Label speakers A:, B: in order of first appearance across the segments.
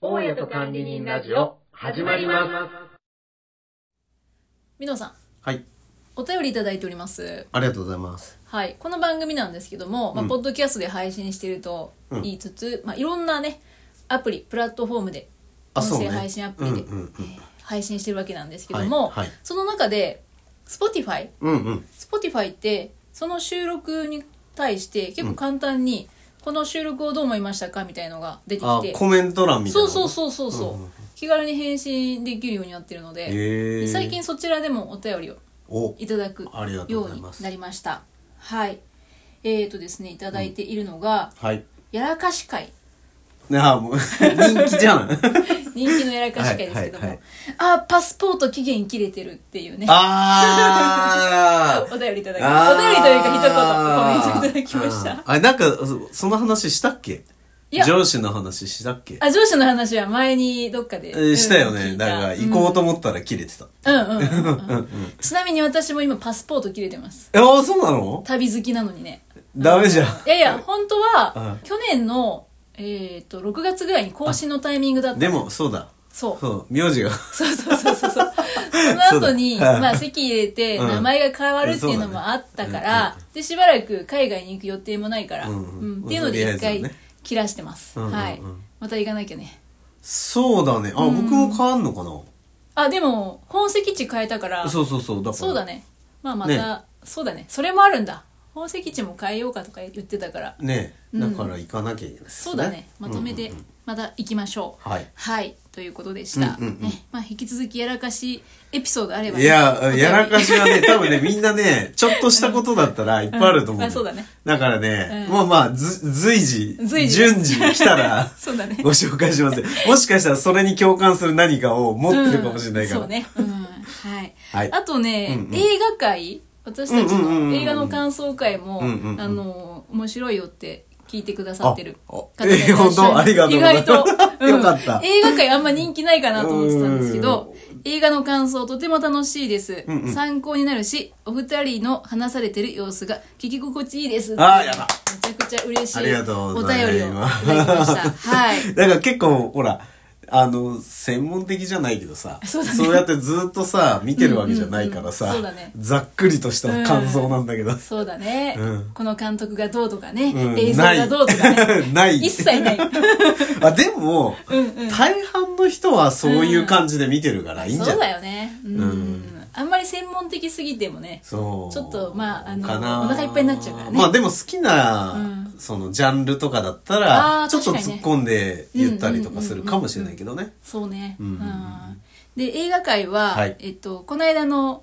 A: 屋と管理人ラジオ始まります
B: みのさん
C: はい、
B: お便りいただいております
C: ありがとうございます。
B: はいこの番組なんですけども、まあ、
C: うん
B: ポッドキャストで配信してると
C: うん
B: 言いつつ、まあ、いろんなねアプリプラットフォームで
C: あ
B: 音
C: そう
B: 声
C: ね
B: 配信アプリで、
C: うんうんうん
B: えー配信してるわけなんですけども、
C: はいはい
B: その中で Spotify
C: うんうん。
B: Spotify ってその収録に対して結構簡単に、この収録をどう思いましたかみたいのが出て
C: あ
B: きて、
C: コメント欄みたい
B: そ
C: な
B: う
C: の。
B: そうそうそうそう、気軽に返信できるようになってるの
C: へ
B: で、
C: ー
B: で最近そちらでもお便りを
C: お、
B: いただく
C: ありがとう
B: よ
C: ご
B: う
C: ざい
B: に
C: ます
B: なりましたはいえーとですねいただいているのが、
C: はい。
B: やらかし会
C: ねあ、もう人気じゃん。
B: 人気のやらかし会ですけども、
C: はいはい
B: あーパスポート期限切れてるっていうね
C: あー
B: お便りいただき
C: あー
B: お便りというか一言コメントいただきまし
C: あー
B: た
C: あ、なんか、そその話したっけ
B: いや
C: 上司の話したっけ
B: あ上司の話は前にどっかで、
C: えーしたよ
B: うん聞
C: ね。
B: い
C: だ
B: た
C: から、行こうと思ったら切れてた。
B: うんうんうんうんうんちなみに私も今パスポート切れてます
C: え、あ、そうなの
B: 旅好きなのにね
C: ダメじゃん。
B: いやいや本当
C: う
B: は
C: ん
B: 去年のえっ、と6月ぐらいに更新のタイミングだった
C: でも、そうだ。
B: そう
C: そう、名字が。
B: そうそうそうそ うそう。その後に、
C: そうだはい
B: まあ席入れて
C: うん
B: 名前が変わるっていうのもあったから、で、しばらく海外に行く予定もないから、う
C: うんんうん
B: っていうの
C: と
B: で
C: りあえ
B: 一
C: ずはね
B: 回切らしてます、
C: うんうんうん
B: はい。また行かなきゃね。
C: そうだね。あ、僕も変わんのかな
B: あ、でも、本籍地変えたから、
C: そうそうそう。だから。
B: そうだね。まあまた、
C: ね
B: そうだね。それもあるんだ。本籍地も変えようかとか言ってたから、
C: ね
B: うん
C: だから行かなきゃいけないです、
B: そうだね。まとめ
C: う
B: て
C: んうんうん、
B: また行きましょう。
C: はい
B: ということでした。
C: うんうんうん
B: ねまあ、引き続きやらかしエピソードあれば、
C: い
B: お便
C: や、
B: り
C: やらかしはね、多分ね、みんなね、ちょっとしたことだったらいっぱいあると思う、
B: うんあそうだね。
C: だからね、
B: うん
C: まあまあ、ず、随時、
B: 随時、
C: 順次来たら
B: そうだね
C: ご紹介しますよもしかしたらそれに共感する何かを持ってるかもしれないから。
B: うんそうね、うんはい、
C: はい
B: あとね、
C: うんうん
B: 映画界私たち
C: うんうんうんう
B: の
C: ん
B: 映画の感想会も、
C: うんうんうん
B: あの面白いよって聞いてくださってる
C: ああ
B: 方がいらっしゃいます
C: えー本当ありがとうご
B: 意
C: ざいま
B: 外
C: す
B: と、
C: よかった
B: 映画界あんま人気ないかなと思ってたんですけど映画の感想とても楽しいです、
C: うんうん
B: 参考になるしお二人の話されてる様子が聞き心地いいです
C: あーやだ
B: めちゃくちゃ嬉しい
C: ありがとうご
B: お便
C: ざい
B: りをい
C: ます
B: ただきましたは い
C: だから結構、ほら、あの、専門的じゃないけどさ、
B: そうだね
C: やってずっとさ、見てるわけじゃないからさ、
B: うんうんうんそうだね
C: ざっくりとした感想なんだけど、
B: そうだね、
C: うん
B: この監督がどうとかね、
C: うん
B: 映像がどうとか ね
C: ない
B: 一切ない
C: あでも、大半の人はそういう感じで見てるから、いいんじ
B: そ
C: ゃ
B: う
C: ない
B: だよねうん、
C: うん
B: あんまり専門的すぎてもね
C: そう
B: ちょっとまああの
C: かな
B: お腹いっぱいになっちゃうからね
C: まあでも好きな、
B: うん
C: そのジャンルとかだった
B: あー
C: らちょっと
B: 確か
C: 突
B: にね
C: っ込んで言ったりとかするかもしれないけどね
B: そうね、
C: んうんうん
B: うんで映画界は、
C: はい
B: えっと、この間の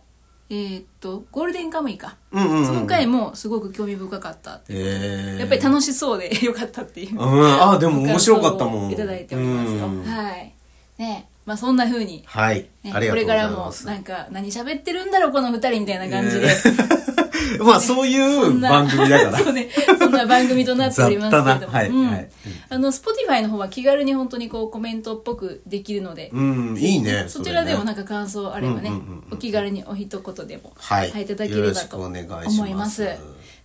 B: えーっとゴールデンカムイか、
C: うんうんうん
B: その回もすごく興味深かったって
C: えー、
B: やっぱり楽しそうで よかったってい
C: う
B: う、
C: んあーでも面白かったもん
B: いただいておりますよ、
C: うん
B: はいねまあそんな風に
C: はい、
B: ね
C: ありが
B: こと
C: う
B: れ
C: ご
B: か
C: ざい
B: らも
C: ます
B: なんか何喋ってるんだろうこの二人みたいな感じで、
C: えーまあそういう番組だから
B: そうねそんな番組となっておりますけれ
C: 雑
B: ど
C: 多
B: も、
C: なはい
B: うん
C: はい
B: あの Spotify の方は気軽に本当にこうコメントっぽくできるので、
C: うんいいね
B: そちらでも
C: それね
B: なんか感想あればね、
C: うんうんうんうん
B: お気軽にお一言でも、
C: はい
B: い、ただければと
C: よろ
B: 思
C: し
B: い
C: くお
B: ま
C: 願い
B: す
C: します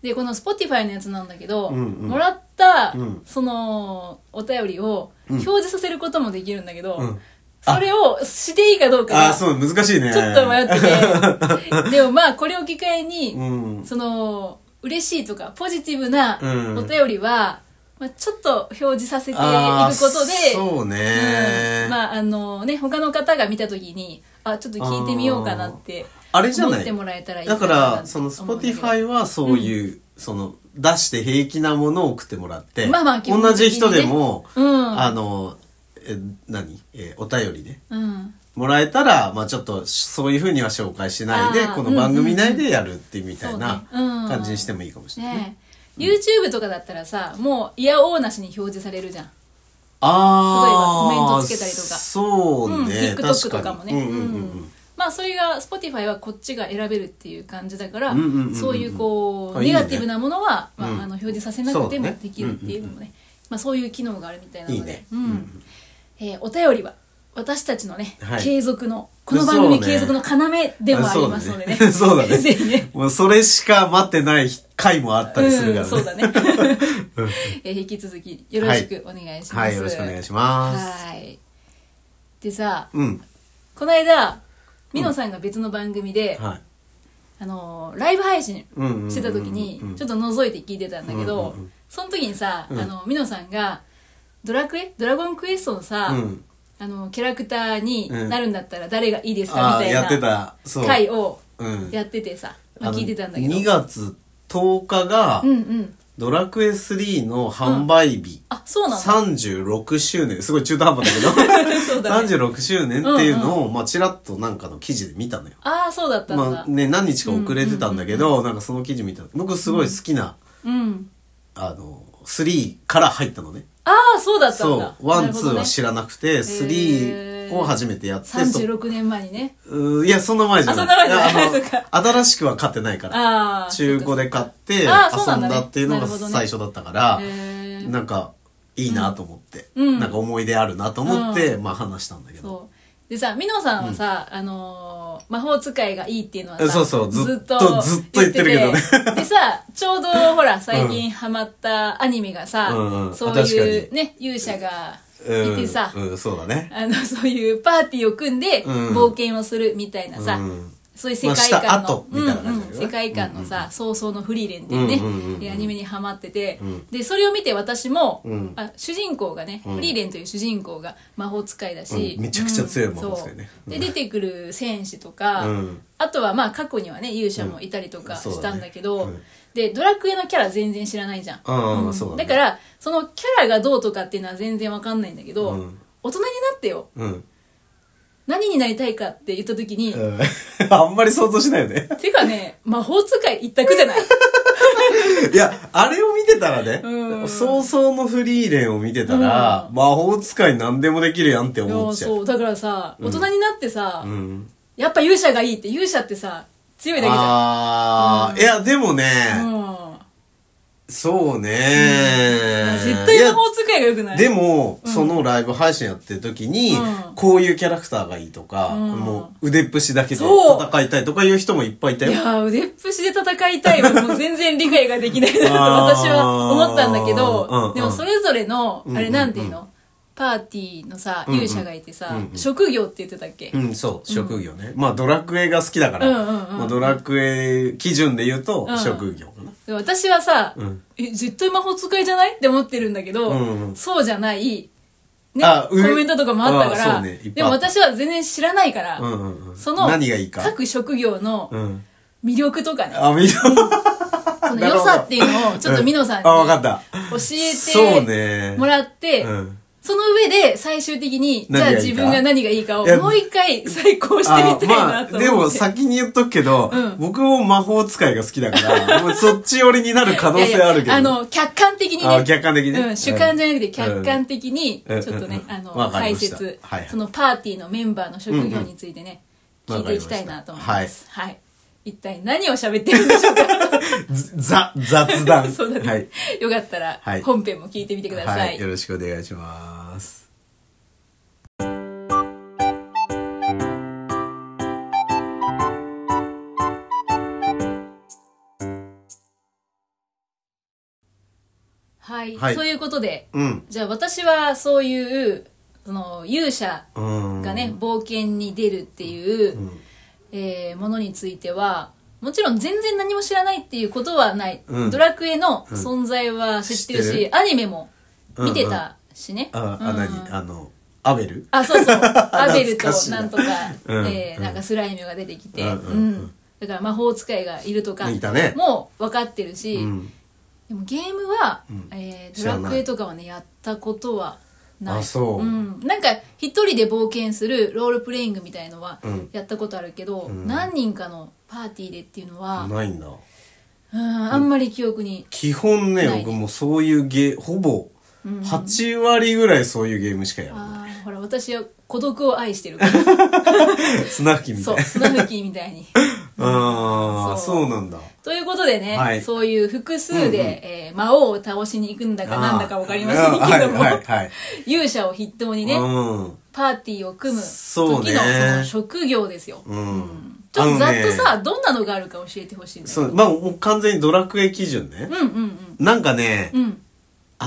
B: でこの Spotify のやつなんだけど、
C: うんうん
B: もらった、
C: うん
B: そのお便りを表示させることもできるんだけど、
C: うんあ
B: それをしていいかどうか
C: あ
B: が
C: あそう難しいね
B: ちょっと迷って てでもまあこれを機会に、
C: うん
B: その嬉しいとかポジティブな
C: うん
B: お便りは、まあ、ちょっと表示させていくこ
C: あー
B: とで
C: そうね
B: うんまああのね他の方が見た時にあちょっと聞いてみようかなって
C: あれじゃない
B: 思ってもらえたらいい
C: だか
B: なっ
C: ら
B: て
C: その
B: 思うんだけど
C: Spotify はそういう、その出して平気なものを送ってもらって、
B: まあまあ基本
C: 同
B: 的にね
C: じ人でも、
B: うん
C: あのえ何、えお便りで
B: うん
C: もらえたら、まあ、ちょっとそういうふうには紹介しないで
B: あー
C: この番組内でやるっていうみたいな
B: うんうんそうねうん
C: 感じにしてもいいかもしれない、
B: ね YouTube とかだったらさもういやおうなしに表示されるじゃん
C: ああ
B: 例えばコメントつけたりとか
C: そうね、
B: うん、
C: 確
B: TikTok
C: かに
B: とかもね
C: うんうんうんうん
B: まあそれが Spotify はこっちが選べるっていう感じだから、
C: うんうんうんうん
B: そういうこう
C: あい
B: ネ
C: いね
B: ガティブなものは、まあ
C: うん
B: あの表示させなくて
C: そうだ
B: も
C: ね
B: できるっていうのもねまあ、そういう機能があるみたいなので
C: いいね
B: うんえーお便りは私たちのね、
C: はい
B: 継続のこの番組継続の要でもありますのでね
C: そう だね。
B: ぜひね
C: もうそれしか待ってない回もあったりするから
B: うん
C: ね。
B: そうだね えー引き続きよろしくお願いします、
C: はい、よろしくお願いします。
B: はい。でさ、
C: うん。
B: この間、ミノさんが別の番組で、
C: はい。
B: あのーライブ配信
C: うんうんうんうん
B: してた時に、ちょっと覗いて聞いてたんだけ
C: う
B: ど、
C: んうんうん
B: その時にさ、
C: うん
B: あの、ミノさんが、ドラクエドラゴンクエストのさ、
C: うん。
B: あの、キャラクターになるんだったら誰がいいですか
C: あ
B: み
C: あ、
B: たい
C: やって
B: な
C: た。そう。
B: 回を
C: うん。
B: やっててさ、ま
C: あ
B: あ、
C: の
B: 聞いてたんだけど。
C: 2月10日が
B: う、んうん。
C: ドラクエ3の販売日。
B: あ、そうなの
C: 36周年。すごい中途半端だけ
B: そう
C: ど。
B: だね。
C: 36周年っていうのを、まあ、ちらっとなんかの記事で見たのよ。
B: ああ、そうだったんだ。
C: まあね、何日か遅れてたんだけど、なんかその記事見た。僕すごい好きな、
B: うん。
C: あの、3から入ったのね。
B: ああ、そうだったんだ
C: そ。う。ワ
B: な
C: ン、
B: るほ
C: ツ
B: ど
C: ー
B: ね
C: は知らなくて、3を初めてやって、そ
B: 36年前にね。
C: うーいや、そんな前じゃない。
B: あそんな前じゃない
C: やあの
B: そっか
C: 新しくは買ってないから。
B: ああ。
C: 中古で買って、遊ん
B: あーそうなんだね
C: だっていうのが
B: なるほどね
C: 最初だったから、
B: へー
C: なんか、いいなと思って、
B: うん
C: なんか思い出あるなと思って、まあ話したんだけど。
B: そう。でさ、ミノさんはさ、あのー魔法使いがいいっていうのは
C: え
B: さ、
C: そうそうずっとずっと言ってるけどね
B: て でさ、ちょうどほら、最近ハマったアニメがさ、
C: うんうん
B: そう
C: 確か
B: い
C: に
B: うね、勇者が
C: うん
B: いてさ、
C: うん、そうだね。
B: あの、そういうパーティーを組んで、
C: うん
B: 冒険をするみたいなさ、
C: うん
B: そういう世界観の、
C: まあした後みたいな感じだよね
B: うんうん世界観のさ、早々のフリーレンっていうね、
C: うんうんうんうん
B: でアニメにハマってて、
C: ん
B: で、それを見て私も、
C: うん
B: あ主人公がね、フリーレンという主人公が魔法使いだし、
C: うんめちゃくちゃ強い魔法使いね
B: うんそうで、出てくる戦士とか、
C: うん
B: あとはまあ過去にはね、勇者もいたりとかしたんだけど、
C: うんそうだね
B: で、ドラクエのキャラ全然知らないじゃん。
C: うん、そうだね。
B: だから、そのキャラがどうとかっていうのは全然わかんないんだけど、
C: うん
B: 大人になってよ、
C: うん。
B: 何になりたいかって言った時に、
C: うん あんまり想像しないよね。
B: てか ね、魔法使い一択じゃない
C: いや、あれを見てたらね
B: う、ん
C: 早々のフリーレンを見てたら、魔法使い何でもできるやんって思っちゃう。
B: そう、だからさ、大人になってさ、
C: うん。
B: やっぱ勇者がいいって、勇者ってさ、強いだけじゃん。
C: あー、いや、でもね、
B: うん
C: そうね
B: あ絶対魔法使いが良くない
C: でも、そのライブ配信やってる時に、
B: うん
C: こういうキャラクターがいいとか、
B: うん
C: もう腕っぷしだけで
B: そう
C: 戦いたいとかいう人もいっぱいいたよ。
B: いやー、腕っぷしで戦いたいはもう全然理解ができないなと
C: あー
B: 私は思ったんだけど、
C: うんうん
B: でもそれぞれの、
C: んうん
B: あれなんていうの、パーティーのさ、
C: うんうん
B: 勇者がいてさ、
C: うんうん
B: 職業って言ってたっけ、
C: うん、そう、職業ね。まあ、ドラクエが好きだから、
B: うんうんうんうん
C: まあ、ドラクエ基準で言うと
B: う、ん
C: 職業かな。
B: で私はさ、
C: うん
B: え、絶対魔法使いじゃないって思ってるんだけど、
C: うんうん
B: そうじゃない、ね、
C: あ
B: コ
C: 上
B: メントとかもあったか
C: あ
B: ら、
C: そうねいっぱいあった
B: でも私は全然知らないから、
C: うんうんうん。
B: その、
C: 何がいいか。
B: 各職業の
C: うん。
B: 魅力とかね、
C: あ、見ろ。
B: その良さっていうのを、ちょっとミノさんに
C: あ、わかった。
B: 教
C: そう
B: え
C: ね
B: て。もらって、
C: うん。
B: その上で最終的に、じ
C: 何
B: ゃ
C: が
B: あ
C: いいか
B: 自分が何がいいかを
C: いや
B: もう一回再考してみたい
C: まあ、
B: なと思って。
C: でも先に言っとくけど、
B: うん
C: 僕も魔法使いが好きだから、 もうそっち寄りになる可能性あるけど。
B: いやいやあの、客観的にね。
C: あ客観的にね
B: うん、主観じゃなくて客観的に、ち
C: う
B: ょ
C: ん
B: っとね、
C: うん
B: あの、
C: わかり
B: 解
C: ました
B: 説、
C: はい
B: そのパーティーのメンバーの職業についてね、
C: うんうん
B: 聞いていきたいなと思います。はい、一体何を喋ってるんでしょうか
C: ざ、雑談。
B: そうだね、
C: はい。
B: よかったら
C: はい
B: 本編も聞いてみてください。
C: はい。よろしくお願いします。
B: はい。
C: はい
B: ということで、
C: うん。
B: じゃあ私はそういう、その、勇者
C: うん。
B: がね、冒険に出るっていう、
C: ん
B: えーものについては、もちろん全然何も知らないっていうことはない。
C: うん
B: ドラクエの存在は知ってる
C: 知っ
B: し、
C: てる
B: アニメも見てたしね。
C: あ、
B: う
C: あ、
B: ん
C: 何あの、アベル
B: あ、そ うそう。アベル
C: 懐か
B: と
C: しいな
B: なんとか、
C: うん
B: えーなんかスライムが出てきて、
C: う
B: うんん。だから魔法使いがいるとか
C: いたね、
B: もう分かってるし、
C: うん。
B: でもゲームは、
C: ん
B: えー
C: 知らない
B: ドラクエとかはねやったことはない
C: あそう
B: うん、なんか一人で冒険するロールプレイングみたいのは
C: うん
B: やったことあるけど、
C: ん
B: 何人かのパーティーでっていうのは、
C: ないんだ。
B: うん、あんまり記憶に、
C: 基本ね、
B: ないね
C: 僕もそういうゲー、ほぼ、8割ぐらいそういうゲームしかやらない。
B: ああほら私は孤独を愛して るから
C: スナフキみた
B: そ
C: いうな。
B: 砂吹きみた いに。
C: ああ、
B: そ
C: そううなんだ。
B: ということでね、
C: はい
B: そういう複数で、
C: うんうん
B: えー魔王を倒しに行くんだかなんだか分かりません
C: あー
B: けども、
C: はい、はい、 はい。
B: 勇者を筆頭にね、
C: うん。
B: パーティーを組む時
C: そう
B: の
C: ね
B: その職業ですよ。
C: うん。
B: ちょっとざ
C: あ
B: っ
C: の
B: と
C: ね
B: さ、どんなのがあるか教えてほしいんだよ
C: そう、まあ、もう完全にドラクエ基準ね。
B: うんうん
C: なんかね、
B: うん。うん。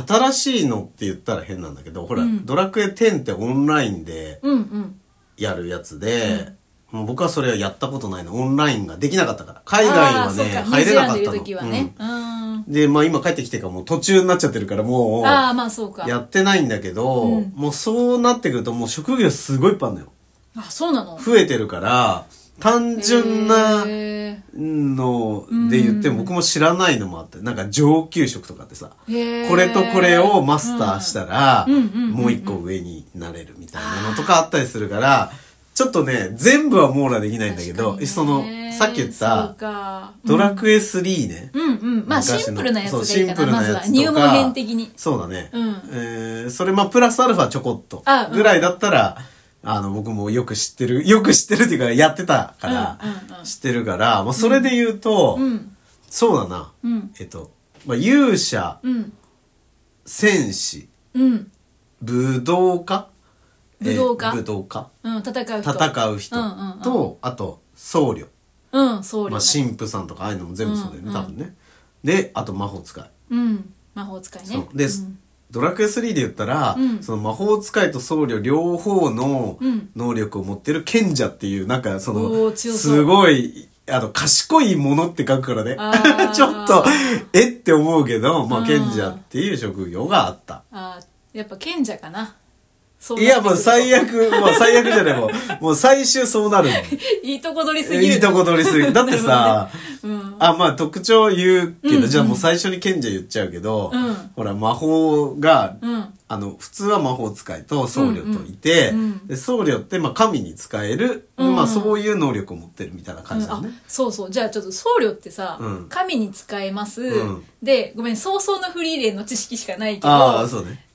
C: 新しいのって言ったら変なんだけど、ほら、
B: うん
C: ドラクエ10ってオンラインで
B: うんうん
C: やるやつで、もう僕はそれはやったことないの。オンラインができなかったから。海外
B: あ
C: は
B: ーそ
C: ね、
B: っか
C: 入れなかっ
B: ニュージーランドいる
C: たの。
B: 時はねうん
C: うんで、まあ今帰ってきてからもう途中になっちゃってるからもう、
B: ああまあそうか
C: やってないんだけど、
B: うん
C: もうそうなってくるともう職業すごいいっぱいあるのよ。
B: あそうなの
C: 増えてるから、単純な
B: へ
C: ので言っても僕も知らないのもあって、なんか上級職とかってさ、
B: ー
C: これとこれをマスターしたら、
B: うんうんうんうん
C: もう一個上になれるみたいなのとかあったりするから、ちょっとね、全部は網羅できないんだけど、
B: 確かにね
C: その、さっき言っ
B: そう
C: た、
B: か
C: ドラクエ3ね。
B: うんうんまあ
C: 昔の
B: シンプルなやつ
C: そう
B: がいい
C: シン
B: か
C: プル
B: なま
C: な
B: ず
C: や
B: は
C: つとか
B: 入門編的に
C: そうだね。
B: うん
C: えーそれまあ、プラスアルファちょこっと
B: あうん
C: ぐらいだったら、あの、僕もよく知ってる、 よく知ってるっていうか、やってたから、
B: うんうんうん
C: 知ってるから、まあ、それで言うと、
B: うん
C: そうだな、
B: うん
C: えっと、まあ、勇者、
B: うん
C: 戦士、
B: うん
C: 武道家
B: 武道家
C: えー武道家
B: うん戦う人
C: 戦う人と、
B: うんうんうん
C: あと僧侶、
B: うん僧侶
C: まあ、
B: ね
C: 神父さんとかああいうのも全部そうだよね、
B: うんうん
C: 多分ねであと魔法使い、
B: うん魔法使いね
C: そうで、ドラクエ3で言ったら、
B: うん
C: その魔法使いと僧侶両方の
B: うん
C: 能力を持ってる賢者っていうなんかそ
B: お
C: の
B: ー強そう
C: すごいあの賢いものって書くからね
B: あ ー
C: ちょっとえって思うけど、まあ、
B: うん
C: 賢者っていう職業があった。
B: あーやっぱ賢者かなそう
C: い
B: な
C: や、もう
B: ってくると
C: 最悪、まあ最悪じゃない、もう、もう最終そうなるの。
B: いいとこ 取りすぎる
C: いいとこ取りす ぎる。だってさ、
B: うん
C: あ、まあ特徴言うけど、
B: うんうん
C: じゃあもう最初に賢者言っちゃうけど、
B: うん
C: ほら魔法が、
B: うん
C: あの、普通は魔法使いと僧侶といて、
B: うんうん
C: で僧侶ってまあ神に使える、
B: うん
C: まあそういう能力を持ってるみたいな感じだ
B: うん
C: ね
B: あ。そうそうじゃあちょっと僧侶ってさ、
C: うん
B: 神に使えます、
C: うん
B: でごめん早々のフリーレンの知識しかないけ
C: ああ、
B: ど
C: そうね。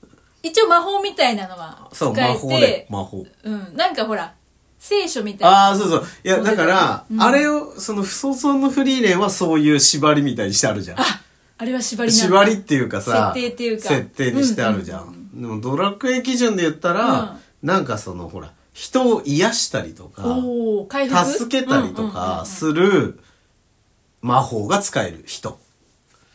B: 一応魔法みたいなのは使
C: そう、魔
B: え
C: 法で
B: て、
C: 魔法。
B: うん、なんかほら聖書みたい
C: あ
B: な
C: あ、そうそう。いや、だから、
B: うん
C: あれを、その、不相尊のフリーレンはそういう縛りみたいにしてあるじゃん。
B: あれは縛りなんだ
C: 縛りっていうかさ
B: 設定っていうか
C: 設定にしてあるじゃん、
B: うんうん
C: でもドラクエ基準で言ったら、なんかそのほら人を癒したりとか
B: おお回復
C: 助けたりとかする魔法が使える人、
B: うんうんうんうん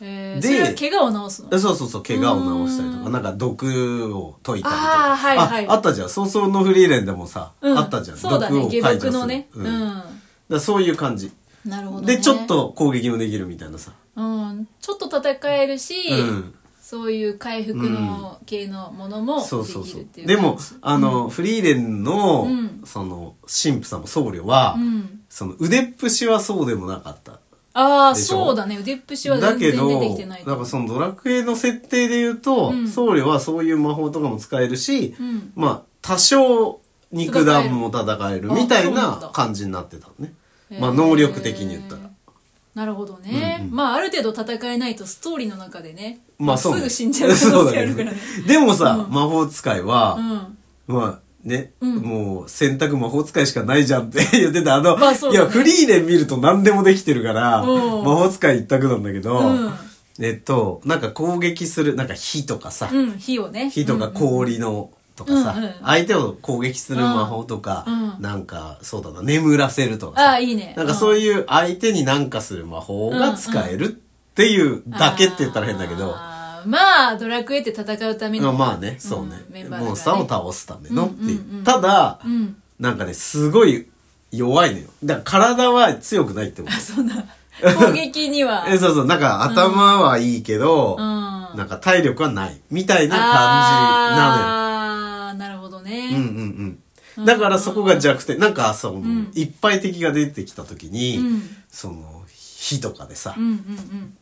B: えー
C: で
B: それは怪我を治すの
C: そうそうそう怪我を治したりとかなんか毒を解いたりとか
B: あーはいはい
C: ああったじゃん「早々のフリーレン」でもさ、
B: うん
C: あったじゃん
B: そうだね
C: 解除
B: 下
C: す
B: 毒
C: る
B: のね
C: う
B: うんん、
C: だからそういう感じ
B: なるほど、ね、
C: でちょっ、と攻撃もできるみたいなさ、
B: うん、ちょっと戦えるし、
C: うん
B: そういう回復の系のものもでき
C: そうそうそ
B: る
C: う
B: っていう感
C: で
B: じ
C: もあの、フリーレンの、
B: うん
C: その神父さんも僧侶は、
B: うん
C: その腕っぷしはそうでもなかった
B: ああ
C: でしょ
B: そうだね腕っぷしは
C: だ
B: 全
C: け
B: 然出
C: ど
B: てきてない
C: だからそのドラクエの設定で言うと、
B: うん
C: 僧侶はそういう魔法とかも使えるし、
B: うん
C: まあ多少肉弾も戦える
B: 戦える
C: みたい
B: あそうなん
C: な
B: だ
C: 感じになってたのね
B: へー
C: まあ能力的に言ったら
B: なるほどね、
C: うんうん
B: まあある程度戦えないとストーリーの中でね、
C: まあそう
B: す
C: ね、
B: ぐ死んじゃう可能性あるから ね
C: そうだけど でもさ、魔法使いは、
B: うん
C: まあね、
B: うん
C: もう選択魔法使いしかないじゃんって 言ってた。あの、
B: まあそう
C: い
B: だね
C: や、フリーレン見ると何でもできてるから、
B: うん
C: 魔法使い一択なんだけど、
B: うん
C: えっと、なんか攻撃する、なんか火とかさ、
B: うん火をね
C: 火とか氷の、とかさ、
B: うんうん
C: 相手を攻撃する魔法とか、
B: うん
C: なんか、そうだな、眠らせるとか
B: あ
C: さ、
B: あいいね
C: なんかそういう相手になんかする魔法が使えるっていうだけって言ったら変だけど、
B: あーまあドラクエって戦うため
C: まあ
B: の
C: まあね、そうね
B: うんメ。ンバーだからね
C: モンスターを倒すためのっていう
B: うんうんうん
C: ただ、
B: うん
C: なんかね、すごい弱いのよ。だから体は強くないってこと。
B: そんな攻撃には
C: えそうそう、なんか頭はいいけど、
B: うん
C: なんか体力はない。みたいな感じなのよ。
B: ああなるほどね、
C: うんうんうん。だからそこが弱点。なんか、その、
B: ん
C: いっぱい敵が出てきた時に、
B: うん
C: その、火とかでさ、
B: うんうんうん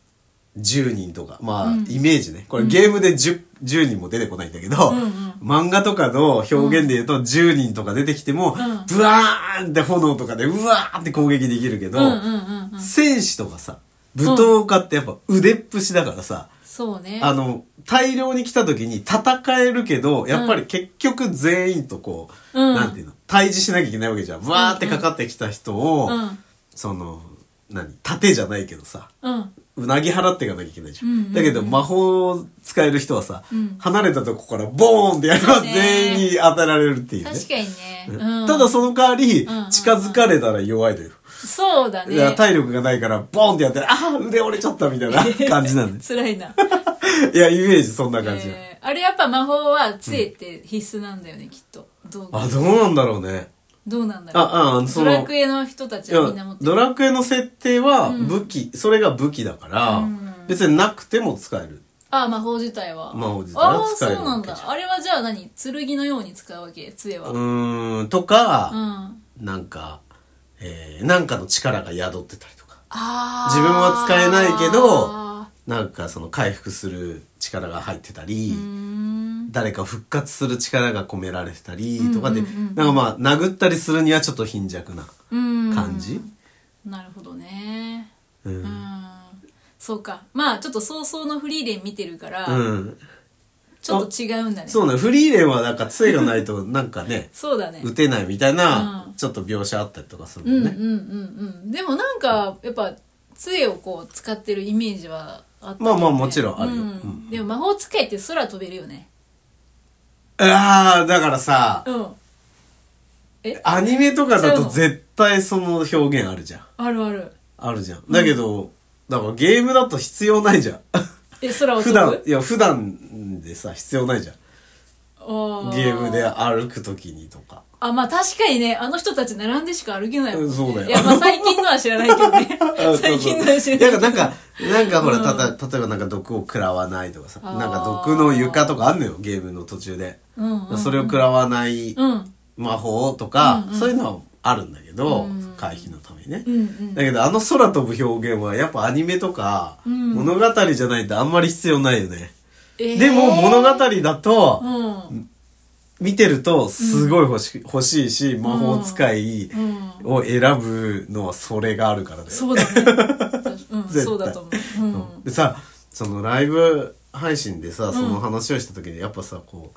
C: 10人とか、まあ、
B: うん
C: イメージね。これゲームで 10, 10人も出てこないんだけど、
B: うんうん
C: 漫画とかの表現で言うと10人とか出てきても、
B: ん
C: ブワーンって炎とかで、うわーって攻撃できるけど、
B: うんうんうんうん
C: 戦士とかさ、武闘家ってやっぱ腕っぷしだからさ、
B: そうね
C: あの、大量に来た時に戦えるけど、やっぱり結局全員とこう、
B: うん
C: なんていうの、対峙しなきゃいけないわけじゃん。わーってかかってきた人を、
B: うん
C: その、何盾じゃないけどさ、
B: うん
C: うなぎ払っていかなきゃいけないじゃん。
B: うんうんうん
C: だけど魔法使える人はさ、
B: うん
C: 離れたとこからボーンってやれば
B: そうね
C: 全員に当たられるっていうね。
B: 確かにね、
C: う
B: うん
C: んただその代わり
B: んうんうん、
C: 近づかれたら弱いのよ。
B: そうだ
C: いや
B: ね。
C: 体力がないから、ボンってやって、ああ、腕折れちゃったみたいな 感じ なんで。
B: 辛いな。
C: いや、イメージそんな感じ。
B: えーあれやっぱ魔法は杖って必須なんだよね、きっと。どう
C: あ、どうなんだろうね。
B: どうなんだろう。
C: あ、あ、そ
B: ド
C: の、
B: ラクエの人たちはみんな持っ
C: い
B: て
C: やド
B: る。
C: ラクエの設定は武器、それが武器だから、別になくても使える。
B: あ、魔法自体は。
C: 魔法自体
B: ああ
C: は
B: ー、
C: 使
B: そ
C: え
B: う
C: るわけ
B: なんだ。あれはじゃあ何剣のように使うわけ杖は。
C: う
B: うん。
C: ーん、とか、
B: あ
C: なんか、えー、なんかの力が宿ってたりとか。
B: あ。
C: 自分は使えないけど、なんかその回復する力が入ってたり、誰か復活する力が込められてたりとかで、なんかまあ殴ったりするにはちょっと貧弱な
B: うん。
C: 感じ。
B: なるほどね。
C: う。
B: うんん。そうか。まあ、ちょっと早々のフリーレン見てるから、
C: うん。
B: ちょっと違うんだね。、
C: そうね、フリーレンはなんか杖がないとなんかね
B: そうだね。
C: 打てないみたいな、
B: うん
C: ちょっと描写あったりとかする
B: うん
C: も
B: うん
C: ね。
B: んうんうんでもなんかやっぱ杖をこう使ってるイメージはあった
C: ま
B: よね
C: あまあもちろんあるよ
B: う
C: うん
B: でも魔法使いって空飛べるよね
C: ああ、だからさ、
B: うん
C: アニメとかだと絶対その表現あるじゃん。
B: あるある
C: あるじゃん。だけど、だからゲームだと必要ない じゃん。
B: え空を
C: 普
B: 飛ぶ
C: 段、いや、普段でさ、必要ないじゃん。
B: あー
C: ゲームで歩くときにとか。
B: あまあ確かにねあの人たち並んでしか歩けないもんね
C: そうだよ
B: いやまあ最近のは知らないけど ね最近のは知らな
C: だ
B: い
C: からなんか、なんかほら、たた、例えばなんか毒を食らわないとかさ、
B: あー
C: なんか毒の床とかあんのよ、ゲームの途中で。
B: うんうん
C: それを食らわない
B: うん
C: 魔法とか、そういうのはあるんだけど、回避のためにね。
B: うんうん
C: だけどあの空飛ぶ表現はやっぱアニメとか、物語じゃないとあんまり必要ないよね。
B: えー
C: でも物語だと、
B: うん
C: 見てるとすごい欲し,、欲しいし魔法使いを選ぶのはそれがあるからだよ、
B: そうだねうん
C: 絶対
B: そうだと思ううん
C: でさそのライブ配信でさその話をした時にやっぱさこ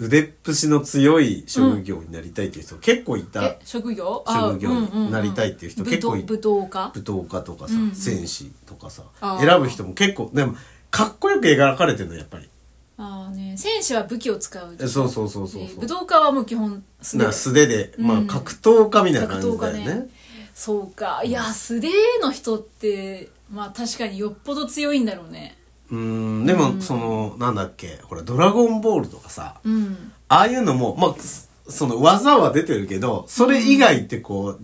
C: う腕っぷしの強い職業になりたいっていう人結構いた、
B: え職業あ
C: 職業になりたいっていう人
B: うん
C: 結構い
B: うん武道武道家
C: 舞踏家とかさ、戦士とかさ
B: あー
C: 選ぶ人も結構でもかっこよく描かれてるのやっぱり
B: ああね戦士は武器を使う
C: えそうそうそうそうそう
B: えー武道家はもう基本素
C: なん
B: 手
C: か素手で、まあ格闘家みたいな
B: 格
C: 感じだ
B: 闘家
C: よ
B: ね
C: ね
B: そうかいや素手の人ってまあ確かによっぽど強いんだろうね
C: うーんでも、そのなんだっけほら「ドラゴンボール」とかさ、
B: うん
C: ああいうのもまあすその技は出てるけどそれ以外ってこう、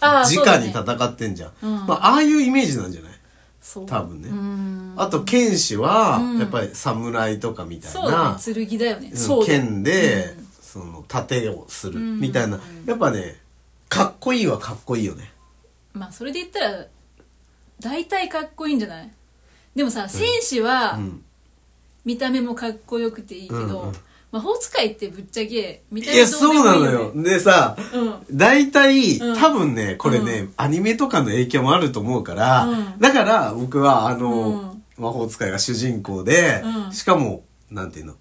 B: ああそうだ
C: 直
B: ね
C: に戦ってんじゃん、
B: うん
C: まあ、ああいうイメージなんじゃない
B: そう
C: 多分ね、
B: うん
C: あと剣士は、やっぱり侍とかみたい
B: そう
C: な
B: だ、ね剣だよね
C: うん
B: そうだ
C: 剣で、その盾をするみたいな、やっぱねかっこいいはかっこいいよね
B: まあそれで言ったら大体かっこいいんじゃないでもさ戦士は
C: ん
B: 見た目もかっこよくていいけ
C: うんう
B: ど
C: ん
B: 魔法使いってぶっちゃけ見た
C: い
B: 目
C: や
B: ど
C: そう
B: でも
C: ない
B: い
C: の
B: ね
C: よでさ、
B: うん
C: 大体、
B: ん
C: 多分ね、これね、アニメとかの影響もあると思うから、
B: うん
C: だから僕は、あの、
B: うん
C: 魔法使いが主人公で、
B: うん
C: しかも、なんていうの、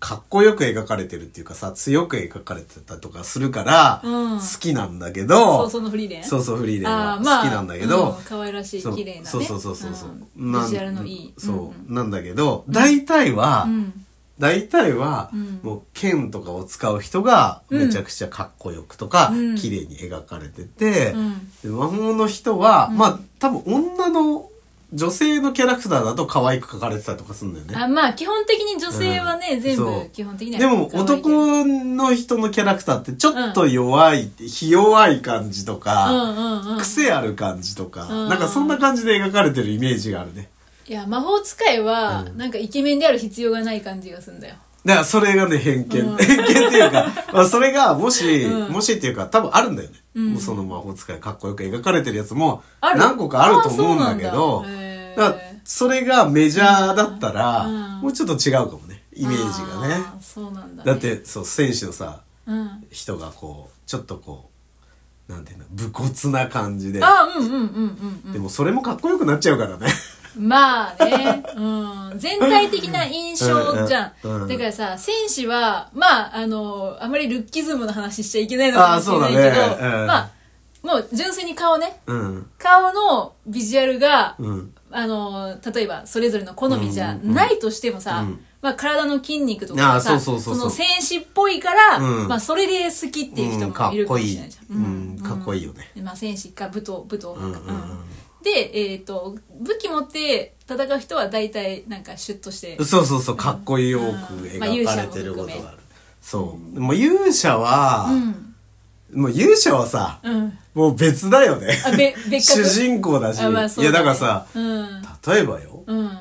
C: かっこよく描かれてるっていうかさ、強く描かれてたりとかするから、
B: うん
C: 好きなんだけ
B: そう
C: ど、
B: そのフリーレン
C: そうそうフリーレン
B: あ
C: は
B: あ
C: 好き
B: まあ
C: なんだけど、
B: うん可愛らしい
C: そう
B: 綺麗なね
C: そうそうそうそうそう、
B: うん
C: なん
B: ビジュアルのいい
C: そう
B: う、
C: なんだけど、大体は、
B: うん
C: 大体は、
B: ん
C: もう剣とかを使う人がめちゃくちゃかっこよくとか、
B: うん
C: 綺麗に描かれてて、
B: うん
C: で魔法の人は、まあ多分女の女性のキャラクターだと可愛く描かれてたりとかするんだよね。
B: あまあ基本的に女性はね、
C: うん
B: 全
C: そう
B: 部基本的には
C: でも
B: 可愛いけど
C: 男の人のキャラクターってちょっと弱い、ひ弱い感じと
B: う
C: か、
B: んうんうん
C: 癖ある感じとか、
B: うん
C: なんかそんな感じで描かれてるイメージがあるね。
B: いや魔法使いは、なんかイケメンである必要がない感じがするんだよ
C: だからそれがね偏見、偏見っていう か、まあ、それがもし、もしっていうか多分あるんだよね、もうその魔法使いかっこよく描かれてるやつも
B: ある
C: 何個かあると思うんだけ
B: あ
C: ど
B: そうなんだへー
C: だからそれがメジャーだったら、
B: うん
C: もうちょっと違うかもねイメージがね
B: あーそうなんだ、ね、
C: だってそう選手のさ
B: うん
C: 人がこうちょっとこうなんていうの武骨な感じで、
B: あーうんうんうんうん
C: でもそれもかっこよくなっちゃうからね
B: うんまあね、うん、全体的な印象じゃ
C: うんうんうんん
B: だからさ戦士はまああのあまりルッキズムの話しちゃいけないのかもしれないけ
C: あーそう
B: ど、
C: だねうん
B: まあもう純粋に顔ね
C: うん
B: 顔のビジュアルが、
C: うん
B: あの例えばそれぞれの好みじゃないとしてもさ、
C: うん
B: まあ、体の筋肉とか
C: あ
B: さ
C: ーそうそうそうそう
B: の戦士っぽいから、
C: うん
B: まあ、それで好きっていう人
C: うんか
B: も
C: っ
B: いるか
C: こ
B: も
C: い
B: し
C: い
B: れないじゃん、
C: うんかっこいいよね。
B: まあ、戦士か武闘武闘
C: うんうん
B: 派か、
C: う
B: うんんで、えっと武器持って戦う人は大体なんかシュッとして
C: うん。そうそうそう、かっこよく
B: うんまあ
C: 描かれてること
B: 勇者も
C: があ
B: 含め
C: る。そう。もう勇者は
B: う、ん
C: もう勇者はさ、
B: うん
C: もう別だよね。
B: あ べ別
C: 主
B: 格
C: 人公だし。
B: あまあそう
C: いや、だからさ、
B: うん
C: 例えばよ、
B: うん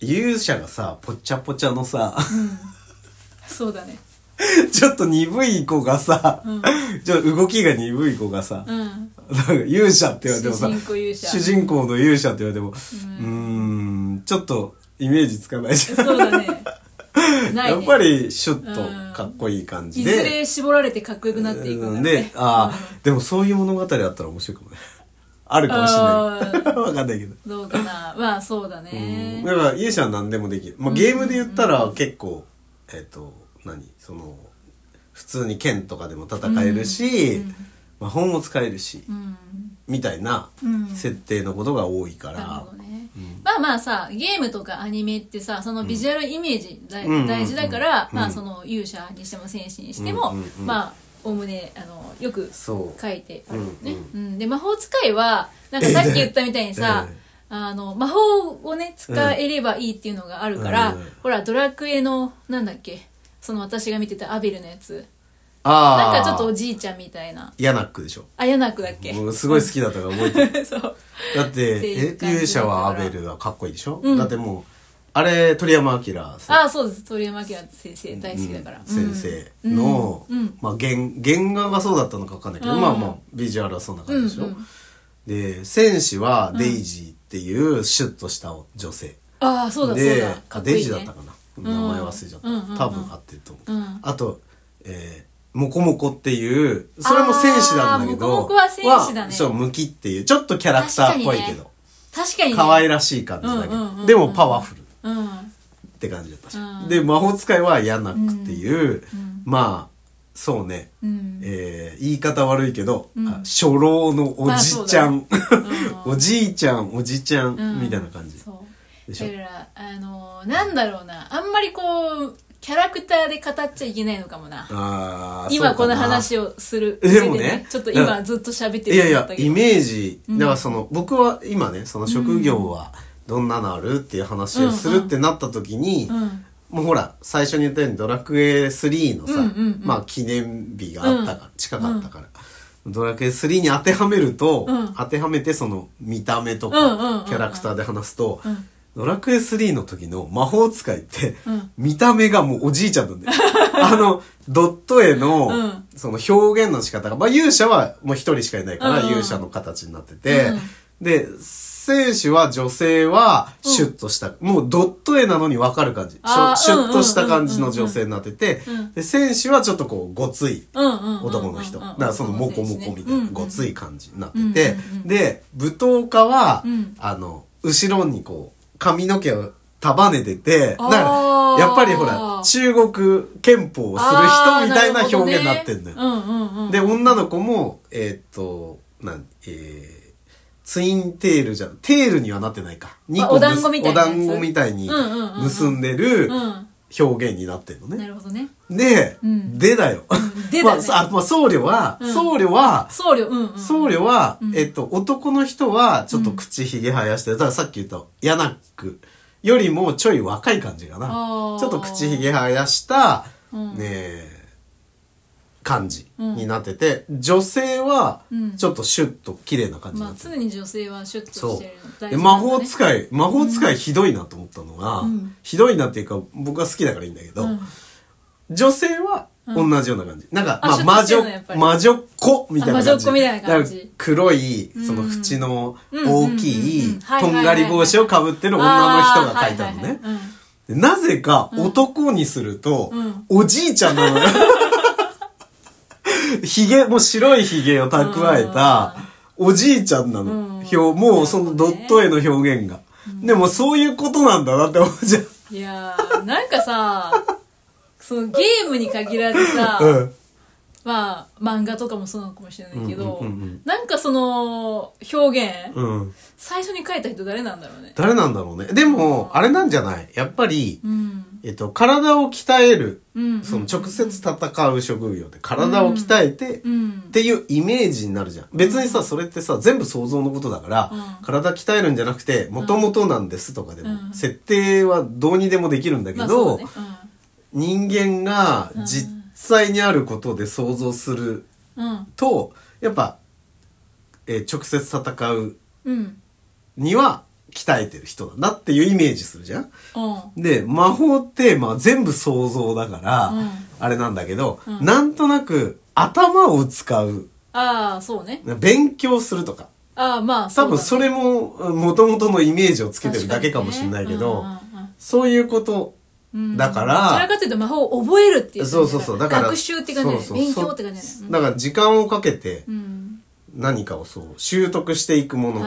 C: 勇者がさ、ぽっちゃぽちゃのさ、
B: そうだね
C: ちょっと鈍い子がさ、ちょっと動きが鈍い子がさ、
B: うん
C: なんか勇者って言われてもさ
B: 主人公勇者
C: 主人公の勇者って言われてもうーんちょっとイメージつかないじゃん、
B: そ うだねない
C: や
B: ね
C: っぱりシュッとかっこいい感
B: い
C: じ
B: ず
C: で
B: れ絞られてかっこよくなっていくんだろ
C: う
B: うんね
C: でああ、でもそういう物語あったら面白いかもね あるかもしれない わかんないけど、
B: どうかなまあそうだ
C: うん
B: ね
C: だから勇者は何でもできる、まあ、ゲームで言ったら結構えっ、と何その普通に剣とかでも戦えるし、魔法も使えるし、
B: うん
C: みたいな設定のことが多いか
B: なる
C: ら
B: ほ、どねまあまあさゲームとかアニメってさそのビジュアルイメージだ
C: うん
B: 大事だから
C: うん
B: まあその勇者にしても戦士にしても
C: うんうんうん
B: まあおおむねあのよく
C: そう
B: 書いてあるよね
C: うん
B: うんで魔法使いはなんかさっき言ったみたいにさ
C: ええ
B: あの魔法をね使えればいいっていうのがあるから
C: うん
B: ほらドラクエのなんだっけその私が見てたアベルのやつ
C: あ
B: な
C: あ。
B: んかちょっとおじいちゃんみたいな
C: ヤナックでしょ。
B: あヤナクだっけ
C: もうすごい好きだったから覚えてる。
B: そう
C: だっ
B: ってい
C: て
B: う、
C: え
B: 感じ
C: 勇者はアベルはかっこいいでしょ、
B: うん
C: だってもう、あれ、鳥山明
B: あ
C: さん。
B: あそうです鳥山明先生大好きだから、
C: うん先生の、
B: うんうん
C: まあ原原画がそうだったのかわかんないけど、
B: うん
C: まあまあビジュアルはそんな感じでしょ、
B: うんうん
C: で戦士はデイジーっていうシュッとした女性、
B: ああそうだそうだ
C: であ
B: かっこいい、ね、
C: デイジーだったかな、名前忘れちゃった、
B: うんうんうんうん
C: 多分合ってると思う、
B: うん
C: あと、えー、モコモコっていうそれも戦士なんだけど
B: あーモコモコは戦士だね
C: そうムキっていうちょっとキャラクターっぽいけど、
B: 確かにね
C: 可愛らしい感じだけど、
B: うんうんうんうん
C: でもパワフルっ
B: うん
C: て感じだったし、
B: うん
C: で魔法使いはヤナクっていう、まあそうね、
B: うん
C: えー言い方悪いけど、あ初老のおじちゃん、 おじいちゃんおじちゃん、
B: うん
C: みたいな感じ
B: そう
C: でしょ
B: だからあのーなんだろうなあんまりこうキャラクターで語っちゃいけないのかもな
C: あーそ
B: 今
C: うか
B: こ
C: な
B: の話をする
C: でもね
B: ちょっと
C: だか
B: 今
C: ら
B: ずっと喋って
C: い
B: る
C: やい
B: んだっ
C: や
B: たけど
C: イメージだからその、僕は今ねその職業はどんなのあるっていう話をするってなった時に、
B: うん
C: もうほら最初に言ったように「ドラクエ3」のさ、
B: うんうんうん
C: まあ記念日があったから、近かったから。ドラクエ3に当てはめると、
B: うん
C: 当てはめてその見た目とか
B: うんうんうんうん
C: キャラクターで話すと、
B: ん
C: ドラクエ3の時の魔法使いって、
B: うん
C: 見た目がもうおじいちゃんなんだよ。あの、ドット絵の、
B: うん
C: その表現の仕方が、まあ勇者はもう一人しかいないから、
B: うんうん
C: 勇者の形になってて、で、選手は女性はシュッとした、もうドット絵なのにわかる感じ。シ
B: あー
C: ュシュッとした感じの女性になってて、で、選手はちょっとこう、ごつい
B: うんうんうんうん
C: 男の人。
B: うんうん
C: だ
B: うん
C: からそのモコモコみたい
B: うん
C: な、
B: うん
C: ごつい感じになってて、で、舞踏家は、
B: うん
C: あの、後ろにこう、髪の毛を束ねてて、だ
B: あー
C: から、やっぱりほら、中国憲法をする人みたいな
B: あー
C: 表現になってんのよ。
B: るほどねうんうんうん
C: で、女の子も、えーっと、なん、えー、ツインテールじゃん。テールにはなってないか。二個
B: お団子みたいなやつ
C: お団子みたいに
B: うんうんうんうん
C: 結んでる
B: うん
C: 表現になってるのね。
B: なるほどね
C: で、
B: うん
C: でだよ。
B: で
C: ま
B: だ
C: あ
B: ね
C: さ、まあ、僧侶は、僧侶は、
B: 僧侶うんうん
C: 僧侶は、えっと、男の人は、ちょっと口ひげ生やして、だからさっき言った、ヤナックよりもちょい若い感じかな。
B: あー
C: ちょっと口ひげ生やした、
B: うん
C: ねえ、感じになってて、女性は
B: うん、
C: ちょっとシュッと綺麗な感じに
B: ま
C: な
B: あ
C: ってて
B: 常に女性はシュッとし
C: そ
B: てるの
C: う。
B: 大
C: で
B: 事
C: 魔
B: なんだね
C: 法使い、魔法使いひどいなと思ったのが、
B: ん
C: ひどいなっていうか、僕は好きだからいいんだけど、
B: うん
C: 女性は同じような感じ。なんか、
B: あ
C: まあ、
B: シュ
C: 魔
B: ッとしてる
C: 女
B: のやっぱ、り
C: 魔女っ子みたいな
B: あ魔
C: 感
B: 女っ
C: じ。
B: 子みたいな感じ
C: だから黒い、その縁の大き
B: うんうんうんうん
C: い、
B: はい
C: とんがり帽子をかぶってる女の人が書いてあるの
B: あーはい
C: ね
B: は。いはい
C: でなぜか男にすると、
B: ん
C: おじいちゃん なのよ。ひげ、もう白いひげを蓄えた、おじいちゃんなの。表もうそのドット絵の表現が。でもそういうことなんだなって思うじゃん。
B: うんいやーなんかさそのゲームに限らずさ、
C: うん。
B: まあ漫画とかもそうなのかもしれないけど、
C: うんうんうんうん
B: なんかその表現、
C: うん。
B: 最初に書いた人誰なんだろうね
C: 誰なんだろうね。でも、あれなんじゃないやっぱり、
B: うん
C: えっと、体を鍛える、
B: うん
C: その直接戦う職業で体を鍛えて、
B: うん
C: っていうイメージになるじゃん。別にさ、それってさ、全部想像のことだから、
B: うん
C: 体鍛えるんじゃなくて、もともとなんですとかでも、
B: うん
C: 設定はどうにでもできるんだけ
B: まあ
C: ど、
B: そうだね、
C: 人間が実際にあることで想像する
B: うん
C: と、やっぱ、えー直接戦う
B: うんうん
C: には鍛えてる人だなっていうイメージするじゃん。
B: うん
C: で、魔法って、まあ全部想像だから、
B: うん
C: あれなんだけど、
B: うん
C: なんとなく頭を使う、
B: ああそうね
C: 勉強するとか、
B: ああまあ
C: 多分それも元々のイメージをつけてるだけかもしれないけど、そういうことだか
B: それ
C: ら
B: か、というと魔法を覚えるっていう
C: そうそうそう、だから、
B: 学習って感じだよね
C: そうそう
B: 勉
C: そう
B: 強って感じだよね
C: だから時間をかけて
B: うん
C: 何かをそう、習得していくもの、
B: あ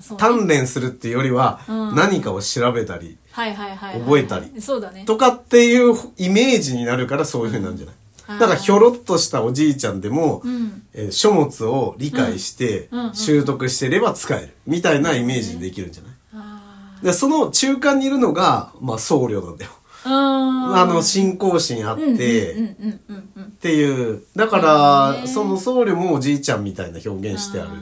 B: あそうね
C: 鍛錬するっていうよりは
B: うん、
C: 何かを調べたり、
B: はいはいはいはい
C: 覚えたり
B: そうだね
C: とかっていうイメージになるからそういう風になるんじゃない
B: あー
C: だからひょろっとしたおじいちゃんでも、
B: うん
C: えー書物を理解して
B: うんうんうん
C: 習得してれば使えるみたいなイメージにできるんじゃない、
B: あ
C: でその中間にいるのが、まあ、僧侶なんだよ。あ
B: あ
C: の信仰心あっ
B: うんうん
C: て、
B: うんうんうんうん
C: っていうだから、
B: そうね
C: その僧侶もおじいちゃんみたいな表現してある
B: あー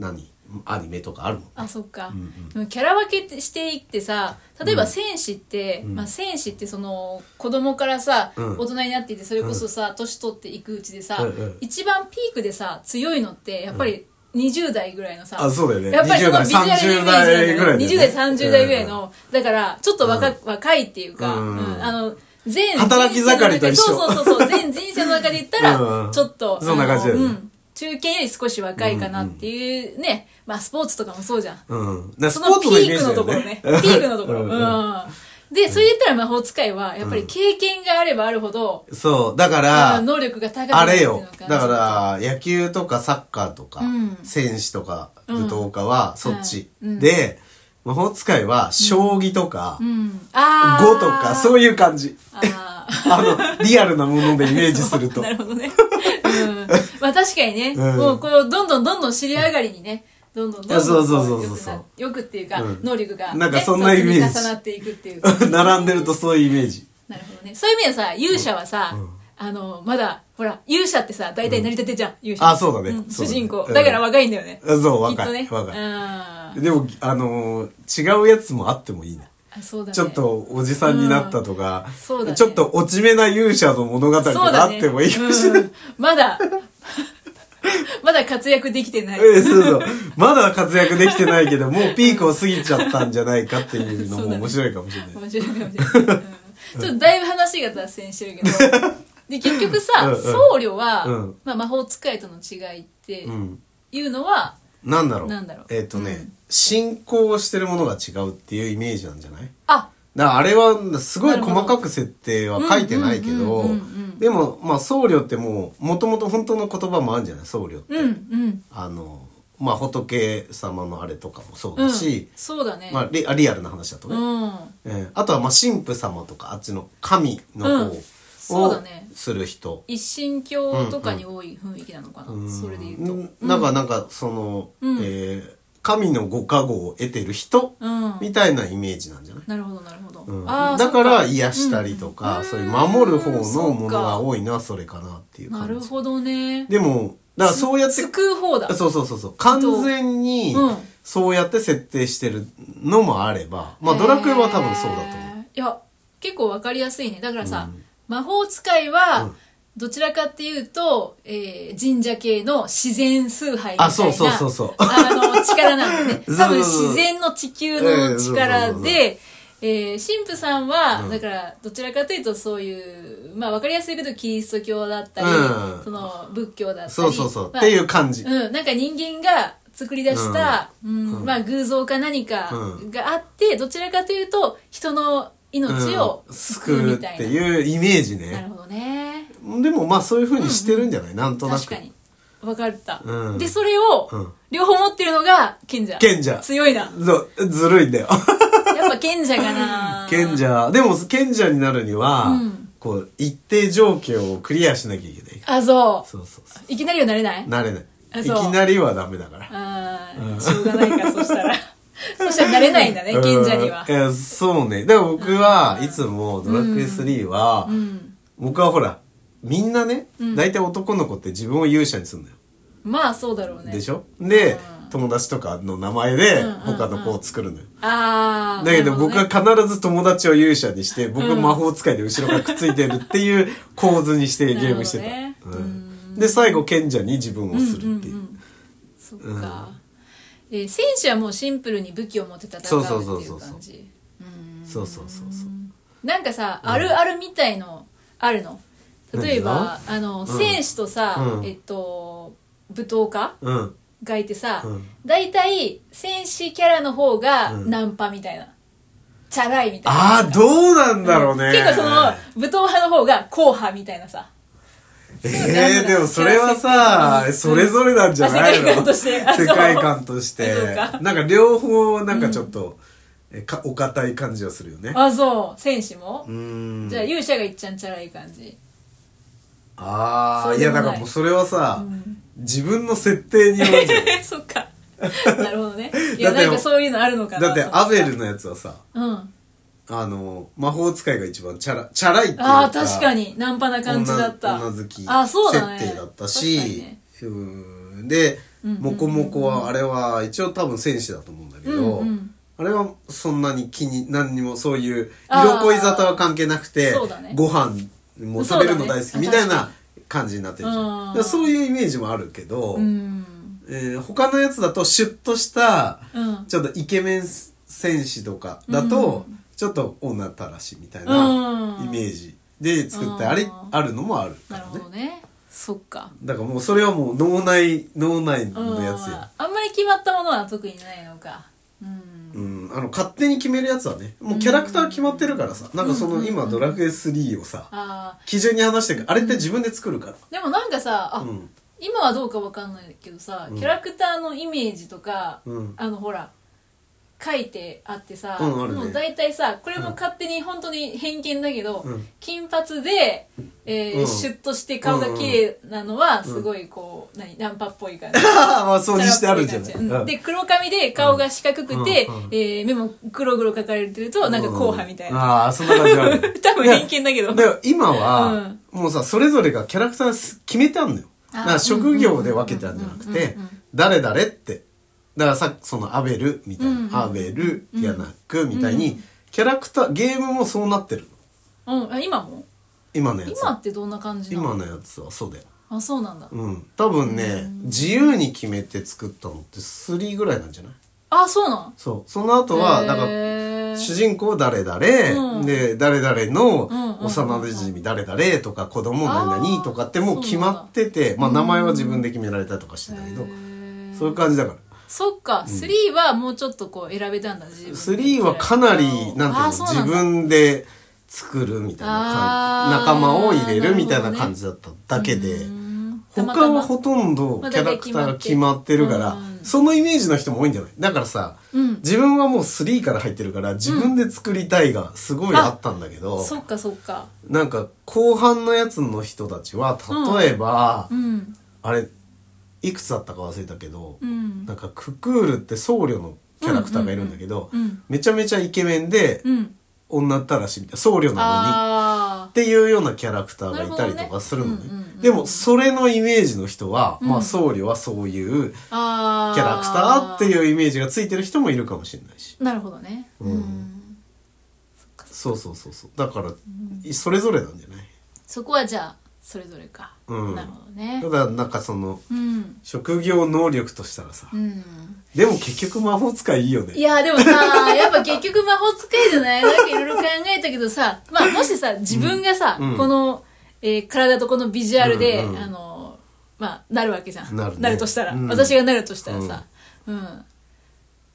C: 何アニメとかあるもん
B: あそっか、でもキャラ分けってしていってさ例えば戦士って、まあ、戦士ってその子供からさ、
C: うん
B: 大人になっていてそれこそさ年取っていくうちでさ、
C: うんうん
B: 一番ピークでさ強いのってやっぱり20代ぐらいのさ、
C: あそうだよね
B: やっぱりそのビジュアルのイメージなんだ
C: 20代ぐらいだよ
B: よね
C: ね
B: 20代30代ぐらいの、だからちょっと若,、若いっていうか、
C: うん
B: うんあの全
C: 働き盛りと一緒
B: そうそうそうそう全人生の中で言ったら、
C: うん
B: ちょっと
C: そんな感じだよね
B: あのうん中堅より少し若いかなっていうね、まあスポーツとかもそうじゃん
C: うん、だからス
B: そ
C: ポ
B: の
C: ーツのイ
B: ピ
C: メ
B: ー
C: ー
B: ク
C: ジ
B: の
C: だよ
B: ところ
C: ね
B: ね。ピ ークのところ。
C: うん
B: うん。で、それ言ったら魔法使いは、やっぱり経験があればあるほど、
C: そうだから、
B: 能力が高く
C: あ
B: なるっ
C: れ
B: ていうの
C: よ
B: か。
C: だから、野球とかサッカーとか、
B: うん
C: 選手とか、武闘家は、そっち。
B: うんうん
C: で、魔法使いは、将棋とか、
B: う
C: 碁
B: ん。ああ。
C: とか、そういう感じ。
B: あー
C: あ の、リアルなものでイメージすると
B: な。るほどね。うん。まあ確かにね、
C: うん
B: もうこう、どんどんどんどん尻上がりにね、どんどんどんどん。
C: そうそうそうそうそう
B: こ良くな良くっていうか
C: うん、
B: 能力がね。
C: なんかそんなイメージ
B: そう積み重なっていくっていう。
C: 並んでるとそういうイメージ。
B: なるほどね。そういう意味ではさ、勇者はさ、あの、まだ、ほら、勇者ってさ、大体成り立てじゃん、勇者。
C: あそうだね
B: ん
C: そう
B: 主
C: だね
B: 人公。
C: うん
B: だから若いんだよね。
C: あそう、
B: きっ
C: 若
B: と
C: い。
B: ね。
C: 若
B: う
C: い。
B: んあ、
C: でも、あのー違うやつもあってもいいな。
B: そうだね。
C: ちょっとおじさんになったとか、
B: そうだね
C: ちょっと落ち目な勇者の物語と
B: そう
C: かあ
B: だ
C: っ
B: ね、
C: てもいいかもしれない。
B: うんまだ、 まだ活躍できてない。
C: ええそうそう。まだ活躍できてないけど、もうピークを過ぎちゃったんじゃないかっていうの
B: そ
C: も
B: うだね
C: 面白いかもしれない。
B: 面白いかもしれない。うんちょっとだいぶ話が脱線してるけど。 で、結局さ、
C: うんうん
B: 僧侶は、
C: うん
B: まあ、魔法使いとの違いって
C: うん。
B: いうのは、
C: なんだろう。
B: なんだろう
C: えっ、とね、
B: うん
C: 信仰してるものが違うっていうイメージなんじゃない
B: あ、
C: だからあれはすごい
B: なるほど
C: 細かく設定は書いてないけ
B: うん
C: ど
B: うんうんうんうん
C: でもまあ僧侶ってもうもともと本当の言葉もあるんじゃない僧侶って、
B: うん、うん。
C: あのまあ仏様のあれとかもそう
B: うん
C: だし、
B: そうだね。
C: まあ、リリアルな話だとね、
B: うん。
C: えーあとはまあ神父様とかあっちの神の
B: うん
C: 方
B: そう
C: を
B: だね
C: する人、
B: 一神教とかに多い雰囲気なのかな、
C: うん
B: それで言うと、うん、
C: なんかなんかその、
B: うん
C: えー神のご加護を得てる人みたいなイメージなんじゃない、
B: なるほどなるほど、
C: うん
B: あー
C: だから
B: そっ
C: 癒したりとか、
B: うん
C: そういう守る方のものが
B: うん
C: 多いなそれかなっていう
B: な
C: 感じ
B: るほどね
C: でもだからそうやって
B: 救う方だ
C: そうそうそうそう完全に
B: うん
C: そうやって設定してるのもあれば、まあドラクエは多分そうだと思う、
B: ういや結構わかりやすいねだからさ、魔法使いは、
C: うん
B: どちらかっていうと、えー神社系の自然崇拝みたいな
C: あそうそうそうそう
B: あの力なんでね
C: そうそうそう
B: 多分自然の地球の力で、えー神父さんは、だからどちらかというとそういうまあわかりやすいけどキリスト教だったり、
C: うん
B: その仏教だったり
C: そうそうそう、
B: まあ
C: っていう感じ、
B: うん、なんか人間が作り出した、うんまあ、偶像か何か
C: うん
B: があって、どちらかというと人の命を
C: うん
B: 救う
C: 救う
B: み
C: った
B: い
C: て
B: な。
C: いうイメージ
B: なる
C: ね
B: ほどね。
C: でもまあそういうふうにしてるんじゃない、なんとなく
B: 確かに。分かった、
C: うん
B: で、それを
C: うん
B: 両方持ってるのが賢者。
C: 賢者
B: 強いな。やっ
C: そうずるいんだよ
B: ぱ賢者かな
C: 。賢。者でも賢者になるには、
B: うん
C: こう、一定条件をクリアしなきゃいけない。
B: あ、そ。
C: そうそうそう。
B: いきなりはなれないう
C: なれない。
B: あ
C: い
B: そう
C: きなりはダメだから。
B: ああ、しょうがないか、そしたら。そしたらなれないんだね、賢者には
C: うん。いや、そうね。だから僕はいつもドラクエ3は、
B: うん。
C: 僕はほら、みんなね、大体男の子って自分を勇者にするのよ。
B: まあ、そうだろうね。
C: でしょで
B: う、
C: 友達とかの名前で
B: うんうんうん
C: 他の子を作るのよ。
B: ああ。
C: だけど僕は
B: なるほ
C: 必ず友達を勇者にして、僕は魔法使いで後ろからくっついてるっていう構図にしてゲームしてた。
B: なるほど
C: う
B: ね
C: んで、最後賢者に自分をするっていう。
B: どねそっか。えー戦士はもうシンプルに武器を持って戦うっていう感じ。
C: そうそうそうそう
B: うん
C: そうそうそうそう。
B: なんかさ、あるあるみたいの、あるの。例えば、あの、戦士とさ、
C: うん
B: えっと、舞踏家
C: うん。
B: がいてさ
C: うん、
B: 大体、戦士キャラの方が
C: うん
B: ナンパみたいな。チャラいみたいな。
C: ああ、どうなんだろうね。
B: 結構その、武闘派の方が硬派みたいなさ。
C: ええでもそれはさ、それぞれなんじゃないの
B: あ世界観としてあそう
C: 世界観として
B: そうか
C: なんか両方、なんかちょっと、えかお堅い感じはするよね。
B: あ、そう。戦士も
C: うーん。
B: じゃあ勇者がいっちゃんチャラい感じ。
C: あ
B: そ
C: あ、
B: う
C: い
B: で
C: や
B: もな
C: だ
B: い
C: からもうそれはさ、自分の設定によるんじゃな
B: そっか。なるほ どね。いや、
C: だって
B: なんかそういうのあるのか
C: い
B: な
C: だ
B: と
C: っ
B: 思
C: てアベルのやつはさ、
B: うん。
C: あの、魔法使いが一番チャラ、チャラいっていう
B: ああ、確か。に。ナンパな感じだった。
C: 女女好き
B: あそうだね。
C: 設定だった
B: 確かに
C: し、
B: ね
C: うーんで、モコモコはあれは一応多分戦士だと思うんだけど、
B: うんうん
C: あれはそんなに気に何にもそういう
B: あー
C: 色恋沙汰は関係なくて、
B: そうだね
C: ご飯も食べるの大好き
B: そうだね
C: みたいな感じになってるじゃん
B: うん
C: だからそういうイメージもあるけど、
B: うん。
C: えー他のやつだとシュッとした、
B: うん
C: ちょっとイケメン戦士とかだと、ちょっと女たらしみたいな
B: うん
C: イメージで作ってあり、
B: うん
C: あるのもあるか
B: なる
C: ら
B: ほ
C: ね
B: どね。そっか。
C: だからもうそれはもう脳内脳内
B: うん。
C: のやつや、
B: あんまり決まったものは特にないのか。うん。
C: うん、あの勝手に決めるやつはねもうキャラクター決まってるからさ、なんかその今ドラクエ3をさ、
B: ああ。
C: 基準に話してるあれって自分で作るから、
B: でもなんかさ、あ、
C: うん
B: 今はどうかわかんないけどさ、キャラクターのイメージとか、
C: うん
B: あのほら書いてあってさ、
C: うんあるね
B: もう大体さこれも勝手に本当に偏見だけど、
C: うん
B: 金髪で、えー
C: うん
B: シュッとして顔が綺麗なのはすごいこう、何ナンパっぽい 感 じ。
C: まあそうにしてあるんじゃない、
B: うんで
C: うん
B: 黒髪で顔が四角くて、
C: うんうん
B: えー目も黒々描かれてるとなんか硬派みたいな、
C: ああそんな感じある
B: 多分偏見だけど
C: で今は
B: う、
C: もうさ、それぞれがキャラクターす決めてあんのよ。
B: あー
C: だから職業で分けてあるんじゃなくて、誰々って。だからさ、そのアベルみたいな、アベル、ヤナックみたいに、キャラクター、ゲームもそうなってるの。
B: うんあ今も
C: 今のやつ
B: 今
C: は。
B: ってどんな感じな
C: 今
B: の
C: のやつはそうだよ。
B: あそうなんだ、
C: うん。多分ね、自由に決めて作ったのって3ぐらいなんじゃない
B: あそうなん
C: そう。その後は、なんか、
B: へー
C: 主人公誰々、
B: うん
C: で、誰々
B: うんうん
C: の
B: うん
C: 幼馴染誰々とか子供何々とかってもう決まってて、まあ名前は自分で決められたりとかしてたけど、そういう感じだから。
B: そっか、3はもうちょっとこう選べたんだ、自分で。
C: 3はかなり、なんていうの、自分で作るみたいな感じ、仲間を入れるみたいな感じだっただけで、他はほとんどキャラクターが決まってるから、そのイメージの人も多いんじゃないだからさ、
B: うん
C: 自分はもう3から入ってるから、自分で作りたいがすごいあったんだけど、
B: そっかそっか。
C: なんか後半のやつの人たちは例えば、
B: うん。
C: あれいくつだったか忘れたけど、
B: うん
C: なんかククールって僧侶のキャラクターがいるんだけど、
B: うんうんうん
C: めちゃめちゃイケメンで、
B: うん。
C: 女たらしみたいな僧侶なのに
B: あ
C: っていうようなキャラクターがいたりとかするの
B: な
C: ね
B: るほどねうんうんうん
C: でもそれのイメージの人は、まあ僧侶はそういう
B: ー。あー。
C: キャラクターっていうイメージがついてる人もいるかもしれないし
B: なるほどね。
C: うん
B: うん。
C: そうそうそうそうだから、それぞれなんじゃない
B: そこはじゃあ、それぞれか。
C: うん
B: なるほどね
C: た。だなんかその
B: うん。
C: 職業能力としたらさ、
B: うん。
C: でも結局魔法使いいいよ
B: い
C: ね
B: やーでもさ、 やっぱ結局魔法使いじゃないなんかいろいろ考えたけどさ、まあもしさ、自分がさ、
C: うん
B: この、えー体とこのビジュアルで、
C: うんうん
B: あのーまあ、なるわけじゃん。
C: なるね
B: としたら、
C: うん
B: 私がなるとしたらさ、うん、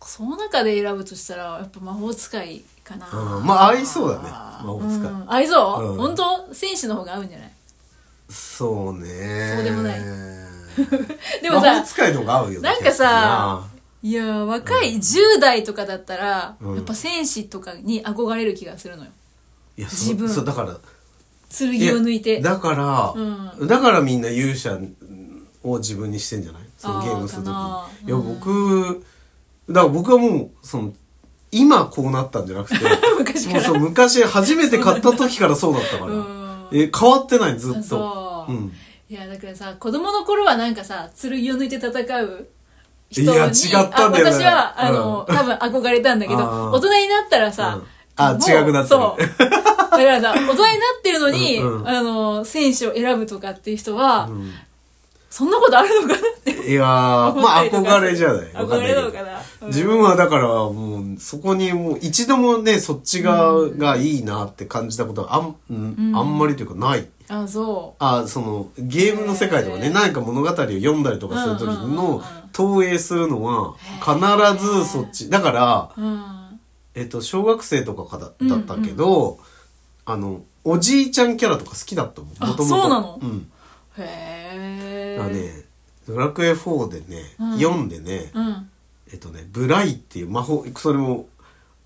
B: その中で選ぶとしたら、やっぱ魔法使いかな。
C: うんまあ合いそうだね魔法使い
B: うん合いそう、
C: うん
B: 本当戦士の方が合うんじゃない
C: そうね
B: そうで もないで
C: で
B: も
C: も魔
B: さ
C: 法、使いの方が合うよね
B: なんかさいやー若い10代とかだったら、
C: うん
B: やっぱ戦士とかに憧れる気がするのよ。
C: いや
B: 自
C: 自
B: 分
C: 分そうだから
B: 剣を抜いて。
C: だか
B: う
C: ら、だからみんな勇者を自分にしてんじゃないそ
B: あ
C: の
B: ー
C: ゲームするときに
B: かな。
C: いや、僕、だから僕はもう、その、今こうなったんじゃな くて、
B: 昔
C: も
B: か
C: う
B: ら。
C: そう昔初めて買った時からそうだったから。
B: うん
C: え、変わってない、ずっ
B: そ
C: と。
B: う
C: うん。
B: いや、だからさ、子供の頃はなんかさ、剣を抜いて戦う人に。
C: いや違ったんだよね
B: あ私は、あの、
C: うん
B: 多分憧れたんだけど、
C: あー
B: 大人になったらさ、
C: うんあ
B: も
C: 違くなってる
B: そう。だか らさ、大人になってるのに、
C: うんうん
B: あの、選手を選ぶとかっていう人は、そんなことあるのかなって。
C: いやー、まあ憧れじゃない。わかん
B: 憧
C: ないけ
B: れ
C: ど
B: なのかな。うん
C: 自分はだからもうそこにもう一度もねそっち側がいいなって感じたことはあん,うん、あんまりというかない
B: あ、そう。
C: あそのゲームの世界とか
B: へ
C: ね
B: ー
C: 何か物語を読んだりとかする時
B: うんうんうんうん
C: の投影するのは必ずそっちだから、
B: うん。
C: えっと、小学生とかかだだったけど、あのおじいちゃんキャラとか好きだったもん
B: あ
C: もともと
B: そうなの
C: ん
B: へ
C: だから
B: え。
C: ね「ドラクエ4」でね、
B: うん
C: 読んでね、
B: うん。
C: えっとね、ブライっていう魔法、それも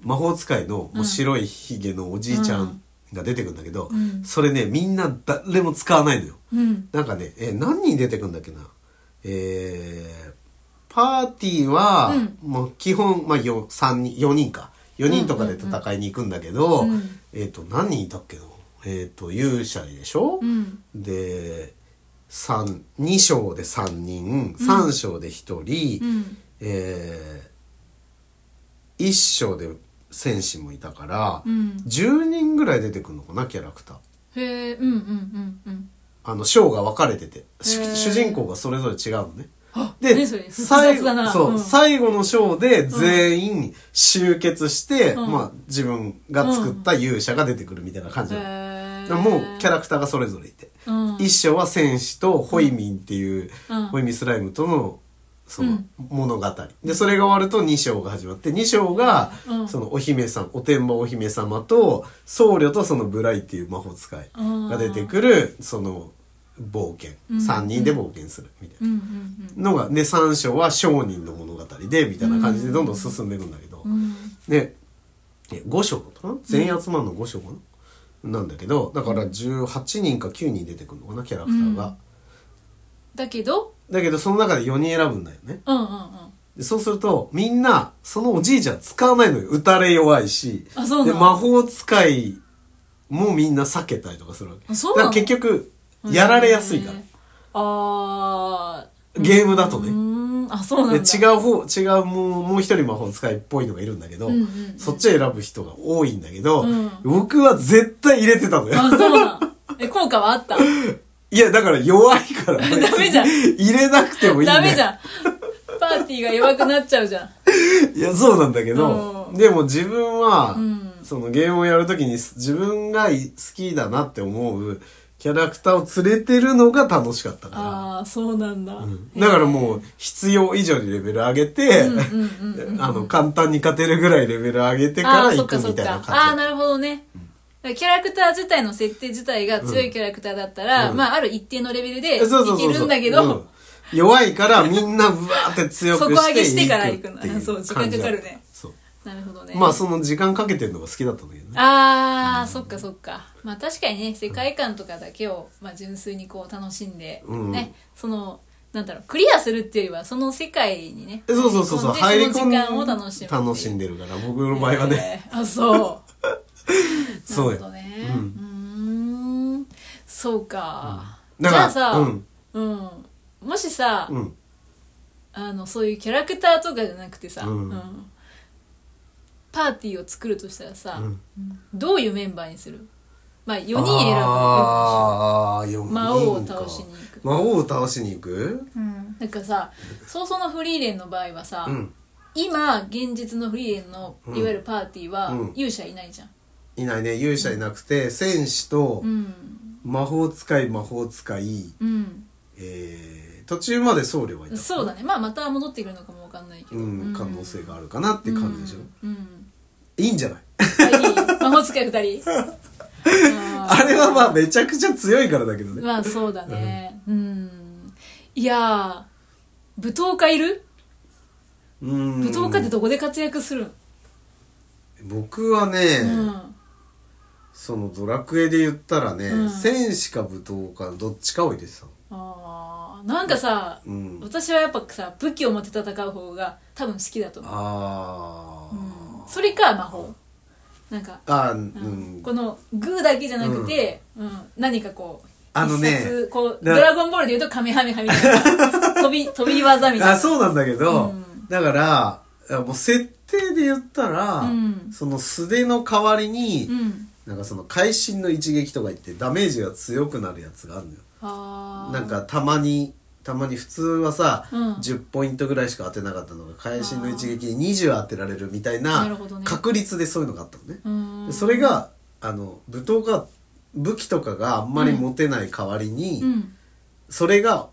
C: 魔法使いのもう白いひげのおじいちゃんが出てくるんだけど、
B: ん
C: それね、みんな誰も使わないのよ。
B: うん。
C: なんかね、えー何人出てくるんだっけな。えー、パーティーは、もう基本、まあ、よ三人、4人か。4人とかで戦いに行くんだけど、
B: うん
C: えっ、と、何人いたっけな。えっ、と、勇者でしょ、
B: うん。
C: で三2章で3人3章で1人、
B: うん
C: えー、1章で戦士もいたから、
B: うん
C: 10人ぐらい出てくるのかなキャラクター。
B: へえ、うんうんうんうん。
C: あの章が分かれててし
B: へー
C: 主人公がそれぞれ違うのね。
B: ね
C: で
B: それ複
C: 最
B: 雑だな
C: そう
B: うん
C: 最後の章で全員集結して、
B: うん
C: まあ、自分が作った勇者が出てくるみたいな感じなの、
B: へ
C: だからもうキャラクターがそれぞれいて。
B: うん
C: 一章は戦士とホイミンっていう、
B: うん
C: ホイミンスライムとのそうの
B: ん
C: 物語、でそれが終わると2章が始まって2章が、
B: うん
C: そのお姫さんお天魔お姫様と僧侶とそのブライっていう魔法使いが出てくるその冒険、3人で冒険するみたいな
B: うんうんうん
C: のがで3章は商人の物語でみたいな感じでどんどん進んでいくんだけど、でえ5章かな全員集まるの5章かな、なんだけどだから18人か9人出てくるのかなキャラクターが、
B: だけど、
C: だけどその中で4人選ぶんだよね
B: うんうんうん。
C: でそうするとみんなそのおじいちゃん使わないのよ打たれ弱いし
B: あそうな
C: で
B: の
C: 魔法使いもみんな避けたりとかするわけ
B: あそうなの
C: だから結局やられやすいから
B: へーあ
C: ゲームだと
B: ー。う
C: ね、
B: ーん、あ、そうなん
C: で
B: だ。
C: 違う方違うもうもう一人魔法使いっぽいのがいるんだけど、
B: うんうん
C: そっちを選ぶ人が多いんだけど、
B: うん
C: 僕は絶対入れてたのよ
B: あ、そうなん。え、効果はあった。
C: いやだから弱いから
B: ダメじゃん
C: 別に入れなくてもいいんだよ
B: ダメじゃん。パーティーが弱くなっちゃうじゃん。
C: いやそうなんだけど、
B: うん
C: でも自分は、
B: ん
C: そのゲームをやるときに自分がい好きだなって思うキャラクターを連れてるのが楽しかったから
B: ああ、そうなんだ。
C: だからもう必要以上にレベル上げて、 あの、簡単に勝てるぐらいレベル上げてか
B: あ
C: ら
B: あ、そ
C: 行
B: っ
C: く
B: かそ
C: み
B: った
C: い
B: か。
C: な
B: ああー、
C: 感じ。
B: なるほどね。だからキャラクター自体の設定自体が強いキャラクターだったら、
C: うん
B: まあ、ある一定のレベルでい
C: そうそうそう
B: け
C: そう。
B: るんだけ
C: う
B: ど
C: ん、弱いからみんなブワーって強くして
B: 底上げしてから行くの
C: ってい
B: あそう時間
C: 感じだ
B: かかるね
C: そう。
B: なるほどね。
C: まあその時間かけてるのが好きだったんだけどね。
B: あー、そっかそっかまあ確かにね世界観とかだけを、まあ、純粋にこう楽しんで、
C: うん
B: ねそのなんだろうクリアするっていうよりはその世界にね
C: えそうそうそうそう。入り込
B: その時間を
C: んで
B: 楽しむ
C: 楽しんでるから、僕の場合はね。、
B: えーあそう
C: そうよ
B: なるほどねうーんそうか、
C: だ
B: じ
C: か
B: ゃあ
C: ら
B: さ、
C: うん
B: うんもしさ、
C: うん。
B: あのそういうキャラクターとかじゃなくてさ、
C: うん
B: パーティーを作るとしたらさ、
C: うん
B: どういうメンバーにするまあ4人選ぶ
C: ああ、4人か。
B: 魔王を倒しに行く
C: 魔王を倒しに行く
B: なんかさ早々のフリーレンの場合はさ、
C: うん。
B: 今現実のフリーレンのいわゆるパーティーは
C: うん
B: 勇者いないじゃん、
C: いないね。勇者いなくて、戦士と、
B: うん
C: 魔法使い魔法使い、
B: うん
C: えー、途中まで僧侶はいた
B: そうだねまあまた戻ってくるのかもわかんないけど
C: うん、可能性があるかなって感じでしょ、
B: うん
C: いいんじゃない
B: はい魔法使い2人 あ
C: あれはまあめちゃくちゃ強いからだけど
B: ー
C: ね
B: まあそうだねうん、いやー舞踏家いる
C: うん
B: 舞踏家ってどこで活躍するん
C: 僕はね、
B: うん
C: そのドラクエで言ったらね、
B: うん
C: 戦士か武闘かどっちかを入れてたの
B: あーなんかさ、
C: うん
B: 私はやっぱさ武器を持って戦う方が多分好きだと思う、
C: あー、
B: うんそれか魔法なんか、
C: あーう
B: うん
C: ん、
B: このグーだけじゃなくて、うん何かこう
C: あのね
B: 必殺こう
C: だ
B: ドラゴンボールで言うとカメハメハみたい な飛び飛び技みたいな
C: あそうなんだけど、
B: うん
C: だからもう設定で言ったら、
B: うん
C: その素手の代わりに、
B: うん
C: なんかその会心の一撃とか言ってダメージが強くなるやつがあるのよ
B: あー
C: なんかたまにたまに普通はさ、
B: うん
C: 10ポイントぐらいしか当てなかったのが会心の一撃で20当てられるみたい
B: な
C: な
B: るほどね
C: 確率でそういうのがあったのね、
B: うーん
C: でそれがあの武闘が武器とかがあんまり持てない代わりに、
B: うん
C: それが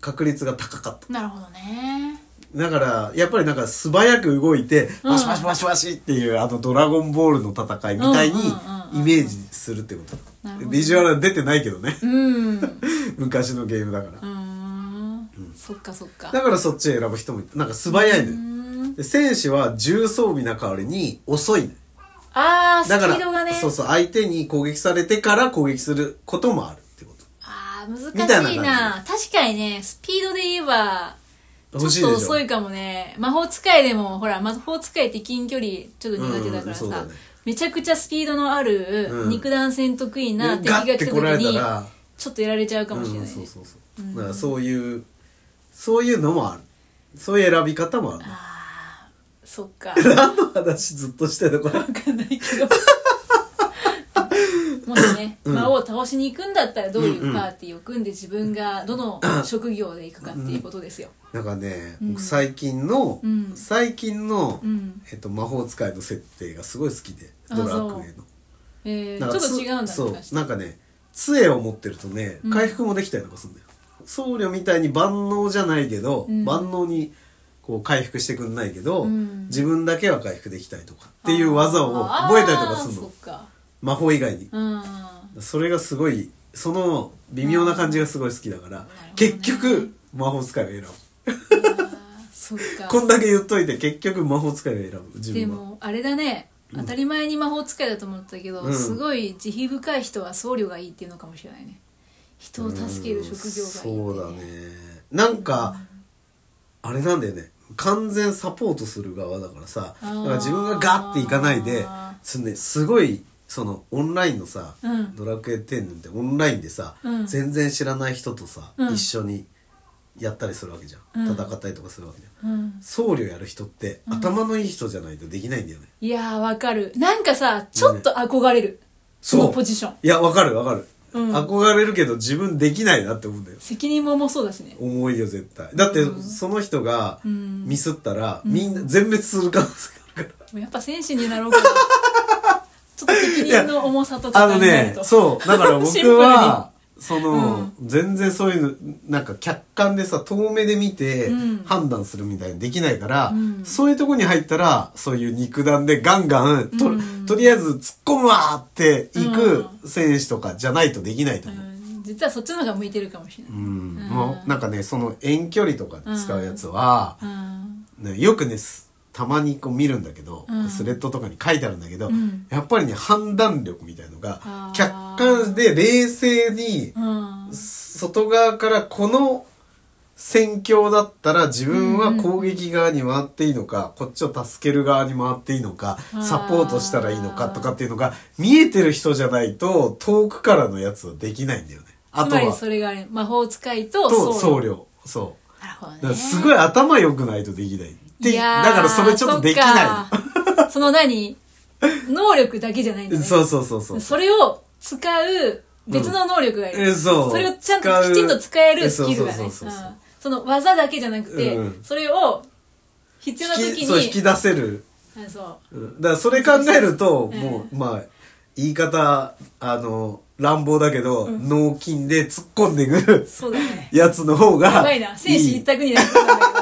C: 確率が高かった
B: なるほどね
C: だからやっぱりなんか素早く動いて、
B: うん
C: バシバシバシバシっていうあの「ドラゴンボール」の戦いみたいに
B: うんうんうんうん
C: イメージするってこと、
B: なるほど
C: ビジュアルは出てないけどね
B: うんう
C: 昔のゲームだから、
B: ーんそっかそっか
C: だからそっち選ぶ人もいたなんか素早いの
B: うー
C: よ、
B: ん
C: で戦士は重装備な代わりに遅いのよ
B: ああスピ
C: だから
B: ードがね
C: そうそう相手に攻撃されてから攻撃することもあるってこと
B: ああ難し
C: みたいな感
B: い
C: じ
B: な確かにねスピードで言えばちょ
C: 欲し
B: っ
C: いでし
B: と
C: ょ
B: 遅いかもね魔法使いでもほら魔法使いって近距離ちょっと苦手だからさ、
C: うんそうだね
B: めちゃくちゃスピードのある
C: うん
B: 肉弾戦得意な敵
C: ガッ
B: が
C: て
B: 来た
C: 来
B: 時
C: られた
B: に
C: ら
B: ちょっとやられちゃうかもし
C: う
B: れなんい
C: そう
B: ね
C: そうそう、だからそういうそういうのもあるそういう選び方もある
B: あーそっか
C: 何の話ずっとしてるのこ れ
B: わかんないけどもしね、魔王を倒しに行くんだったらどういうパーティーを組んで自分がどの職業で行くかっていうことですよ、
C: なんかね、僕最近の、
B: うん
C: 最近の、
B: うん
C: えっと、魔法使いの設定がすごい好きで
B: あ
C: ドラクエの
B: えー
C: なん
B: ちょ
C: か
B: っと違うんだね
C: つそう
B: 確かに
C: なんかね杖を持ってるとね
B: うん
C: 回復もできたりとかするんだよ、僧侶みたいに万能じゃないけど、
B: ん
C: 万能にこう回復してくんないけど、
B: うん
C: 自分だけは回復できたりとかっていう技を覚えたりとかする
B: あーそ
C: の
B: っか
C: 魔法以外に
B: うん
C: それがすごいその微妙な感じがすごい好きだから、
B: ほどね
C: 結局魔法使いを選ぶ
B: そっか
C: こんだけ言っといて結局魔法使いを選ぶ自
B: で
C: 分は
B: もあれだね当たり前に魔法使いだと思ったけど、
C: うん
B: すごい慈悲深い人は僧侶がいいっていうのかもしれないね人を助ける
C: う
B: 職業
C: ん
B: が
C: そう
B: いい
C: だ
B: って、
C: ねなんか、あれなんだよね完全サポートする側だからさ
B: あ
C: だ
B: ー
C: から自分がガッていかないでそのねすごいそのオンラインのさ、
B: うん
C: ドラクエ10ってオンラインでさ、
B: うん
C: 全然知らない人とさ、
B: うん
C: 一緒にやったりするわけじゃん、
B: うん
C: 戦ったりとかするわけじゃん
B: うん、
C: 僧侶やる人って頭のいい人じゃないとできないんだよね、
B: いやーわかるなんかさちょっと憧れる、そのポジション
C: いやわかるわかる、
B: うん
C: 憧れるけど自分できないなって思うんだよ
B: 責任も重そうだしね
C: 重いよ絶対だってその人が
B: うん
C: ミスったら、みんな全滅する可能性があるか
B: もうやっぱ選手になろう かなちょっと責任の重さと
C: ら、
B: か
C: あの
B: 考える
C: ね
B: と
C: そうだから僕
B: シンプルに
C: はその、全然そういうのなんか客観でさ遠目で見て
B: うん
C: 判断するみたいにできないから、
B: うん
C: そういうとこに入ったらそういう肉弾でガンガンと,、
B: うん
C: とりあえず突っ込むわっていく選手とかじゃないとできないと思う。
B: うん実はそっちの方が向いてるかもしれない、
C: うんもうなんかねその遠距離とかで使うやつは、
B: うん
C: ね、よくねすたまにこう見るんだけど、
B: うん
C: スレッドとかに書いてあるんだけど、
B: ん
C: やっぱりね判断力みたいの
B: あ
C: が
B: ー
C: 客観で冷静に
B: うん
C: 外側からこの戦況だったら自分は攻撃側に回っていいのか、こっちを助ける側に回っていいのか
B: あー
C: サポートしたらいいのかとかっていうのが見えてる人じゃないと遠くからのやつはできないんだよね。あ
B: つ
C: と
B: まり
C: は
B: それがね魔法使いと
C: と
B: 僧
C: 僧
B: 侶
C: 侶そう
B: なるほどね
C: だからすごい頭良くないとできないってだ
B: やー
C: からそれちょっとできな
B: そっかその何能力だけじゃないんだ
C: い
B: ね
C: そうそうそうそう
B: それを使う別の能力がいる、
C: うんえそう
B: れをちゃんときちんと使えるスキルがね
C: 使うえそうそうそ
B: うん
C: うそう
B: その技だけじゃなくて、
C: うん
B: それを必要な
C: 引き
B: 時に
C: そう引き出せる
B: あそう
C: うんだからそれ考えると
B: うん
C: もうまあ言い方あの乱暴だけど脳筋で突っ込んでくる
B: そうだね
C: やつの方が
B: やばいな戦士一択になりそうなんだけ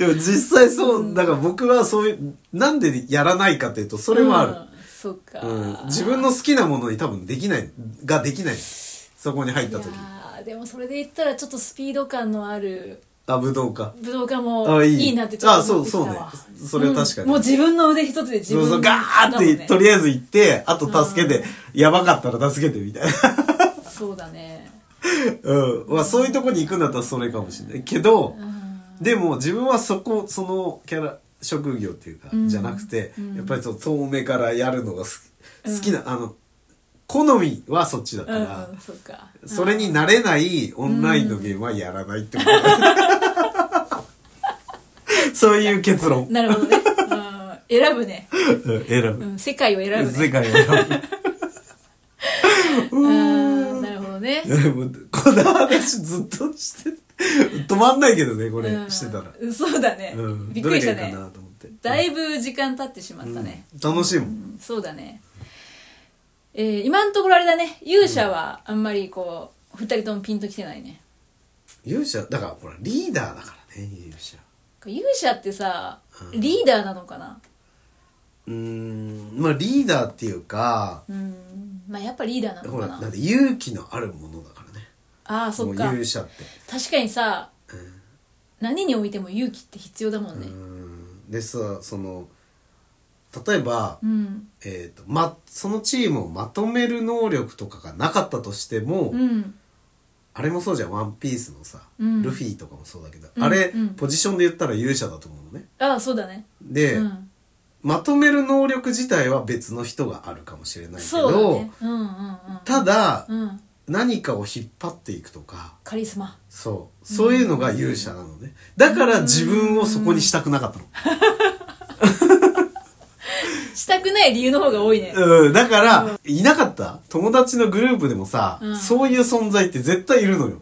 B: ど
C: でも実際そうだから僕はそういうなんでやらないかっていうとそれもある
B: うんそっか、
C: うん自分の好きなものに多分できないができないそこに入った時
B: いやーでもそれで言ったらちょっとスピード感のある
C: あ、武道家。
B: 武道家も
C: あ、いい。
B: いいなってちょっと
C: あ、そう、
B: 思ってきた
C: そうね
B: わ。
C: それは確かに。
B: もう自分の腕一つで自
C: そう
B: 分
C: そう、ガーって、
B: だもんね
C: とりあえず行って、あと助けて、やばかったら助けてみたいな。
B: そうだね
C: うん。まあ、そういうとこに行くんだったらそれかもしれない。けど、
B: うん
C: でも自分はそこ、そのキャラ、職業っていうか、
B: ん
C: じゃなくて、
B: うん
C: やっぱりそう、遠目からやるのが好
B: う
C: き、
B: ん
C: 好きな、あの、好みはそっちだか
B: う
C: ら
B: ん、そっか
C: それに慣れないオンラインのゲームはやらない ってことだ、そういう結論。
B: なるほどね、うん、選ぶね、
C: うん選
B: う
C: ぶ。
B: ん、世界を選ぶ
C: 世
B: ね
C: 界を選
B: うんなるほどね
C: ぶもう。この話ずっとして、止まんないけどね、これ
B: う、ん
C: してたら。
B: うんそうだね、
C: うん。
B: びっくりした
C: どれがいい
B: ね
C: かなと思って。
B: だいぶ時間経ってしまったね、
C: うん楽しいもん。
B: うんそうだね、えー今のところあれだね勇者はあんまりこう二人ともピンときてないね
C: 勇者、だからほら、リーダーだからね、勇者。
B: 勇者ってさ
C: うん
B: リーダーなのかな
C: うーん、まあリーダーっていうか、
B: うんまあやっぱリーダーなの
C: ほ、
B: からな
C: なんて勇気のあるものだからね。
B: ああそ
C: も
B: っ
C: う
B: か
C: 勇者って。
B: 確かにさ
C: うん
B: 何においても勇気って必要だもんね
C: うんでさその例えば、
B: うん
C: えーとま、そのチームをまとめる能力とかがなかったとしても、
B: うん
C: あれもそうじゃん「ワンピースのさ、
B: うん
C: ルフィとかもそうだけど、
B: うん
C: あれ、
B: うん
C: ポジションで言ったら勇者だと思うのね。
B: ああそうだね
C: で、
B: うん
C: まとめる能力自体は別の人があるかもしれないけ
B: そう
C: ど、
B: だねうんうんうん
C: ただ、
B: うん
C: 何かを引っ張っていくとか
B: カリスマ
C: そうそういうのが勇者なのね、だから自分をそこにしたくなかったの。
B: したくない理由の方が多いね
C: うん、だから、いなかった友達のグループでもさ、
B: うん
C: そういう存在って絶対いるのよ。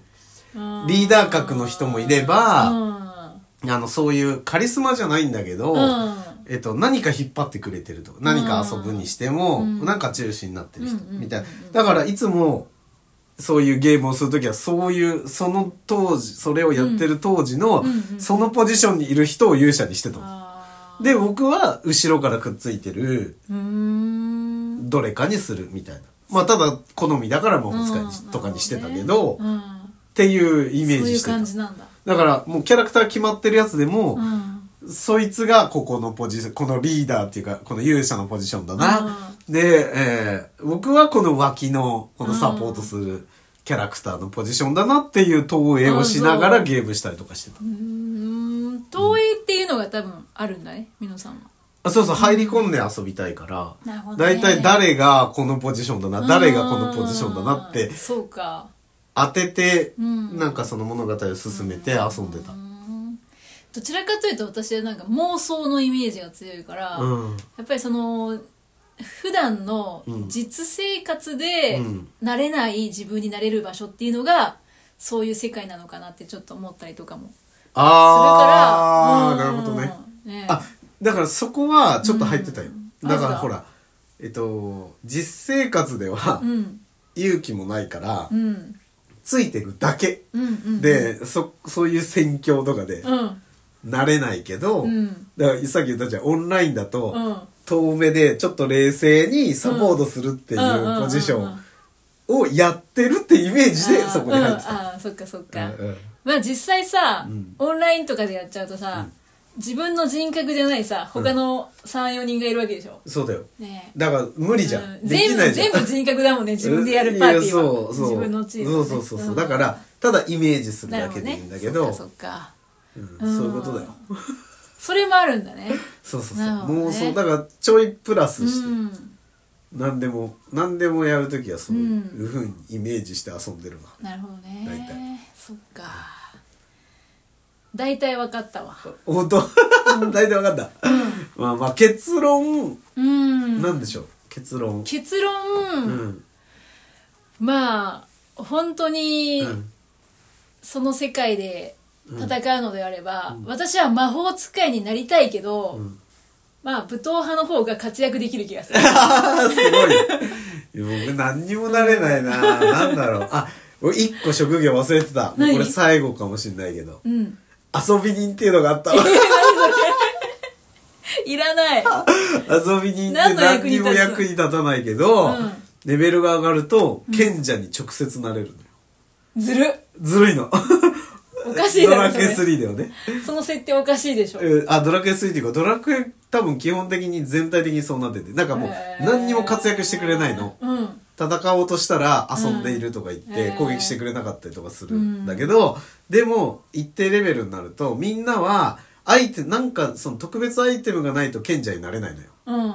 C: リーダー格の人もいれば、
B: ば
C: あの、そういうカリスマじゃないんだけど、
B: うん
C: えっと、何か引っ張ってくれてるとか、何か遊ぶにしても、
B: うん
C: なんか中心になってる人、
B: うん
C: みたいな
B: うんうん。
C: だから、いつも、そういうゲームをするときは、そういう、その当時、それをやってる当時の、
B: うんうんうん
C: そのポジションにいる人を勇者にしてたの。
B: あー
C: で、僕は、後ろからくっついてる、
B: うーん
C: どれかにするみたいな。まあただ好みだから魔法使いにし
B: うん
C: とかにしてたけど、
B: うん
C: っていうイメー
B: そう
C: ジ
B: い
C: し
B: う
C: てた
B: 感。じなんだ
C: だからもうキャラクター決まってるやつでも
B: う、ん
C: そいつがここのポジション、このリーダーっていうか、この勇者のポジションだな。で、えー僕はこの脇の、このサポートするキャラクターのポジションだなっていう投影をしなが
B: う
C: ら
B: ん
C: ゲームしたりとかしてた
B: う。ーん投影っていうのが多分あるんだねみのさんは
C: あそうそう、入り込んで遊びたいから、
B: なるほど
C: だ
B: ね
C: いたい誰がこのポジションだな、誰がこのポジションだなって
B: うんそうか
C: 当てて、
B: うん
C: なんかその物語を進めて遊んでた
B: うー。んどちらかというと私はなんか妄想のイメージが強いから、
C: うん。
B: やっぱりその普段の
C: うん
B: 実生活で
C: うん
B: なれない自分になれる場所っていうのがそういう世界なのかなってちょっと思ったりとかもする
C: あ
B: か
C: ー、
B: ら
C: なるほどね。
B: うんね
C: あ、だからそこはちょっと入ってたよ。
B: うん
C: だから
B: あそう
C: ほら、えっと、実生活では
B: うん
C: 勇気もないから
B: う、ん
C: ついてるだけ。
B: うんうん
C: で、そ、そういう戦況とかで
B: うん
C: 慣れないけど、
B: うん
C: だからさっき言ったじゃん、オンラインだと、
B: うん
C: 遠目でちょっと冷静にサポートするってい
B: んん
C: うポジシ
B: うんうん
C: ョ
B: うん
C: ンをやってるってイメージで
B: あー
C: そこに入って
B: うん
C: た。
B: あーそっかそっか、
C: うんうん
B: まあ実際さ、
C: うん
B: オンラインとかでやっちゃうとさ、自分の人格じゃないさ他の34人がいるわけでしょ、
C: そうだよ。
B: ねえ
C: だから無理じゃん。
B: うん
C: でき
B: 全
C: ない
B: 部
C: じゃん。
B: 全部人格だもん ね自分でやるパーティーは、
C: いやそうそう
B: 自分のチーム、
C: そ
B: ね、
C: うそうそうそう、
B: ん
C: だからただイメージする
B: な
C: だ
B: るほ
C: け
B: ど
C: でいい
B: ね
C: んだけど
B: そっか
C: うん
B: そっか
C: そういうことだよ
B: それもあるんだね
C: そうそうそう
B: なるほどね
C: 妄想だからちょいプラ
B: う
C: スして、
B: ん
C: 何でも何でもやるときはそういう
B: う
C: ふうにイメージして遊んでるな、
B: なるほどね
C: 大体
B: そっか大体分かったわ
C: 本当大体わかった、まあまあ結論、
B: うん
C: なんでしょう結論
B: 結論、
C: うん
B: まあ本当に、
C: うん
B: その世界で戦うのであれば、私は魔法使いになりたいけど、
C: ん
B: まあ武闘派の方が活躍できる気 がする
C: あーすごい。僕何にもなれないな。なんだろう。あ、俺一個職業忘れてた。もう
B: 何
C: これ最後かもしんないけど。
B: うん
C: 遊び人っていうのがあったわ。
B: いらない
C: 遊び人って
B: 何の
C: 何
B: 役
C: に
B: に立
C: も
B: つ
C: 役に立たないけど、
B: うん
C: レベルが上がると賢者に直接なれるのよ。
B: ずる
C: ずるいの。
B: おかしい
C: ド
B: だろ
C: ラ
B: そ
C: クエ
B: れ
C: 3ではね。
B: その設定おかしいでしょ
C: うんあ、ドラクエ3っていうか、ドラクエ多分基本的に全体的にそうなってて、なんかもう
B: へー
C: 何にも活躍してくれないの。
B: うん
C: 戦おうとしたら遊んでいるとか言って
B: うん
C: 攻撃してくれなかったりとかするんだけど、でも一定レベルになるとみんなはアイテム、なんかその特別アイテムがないと賢者になれないのよ。
B: うん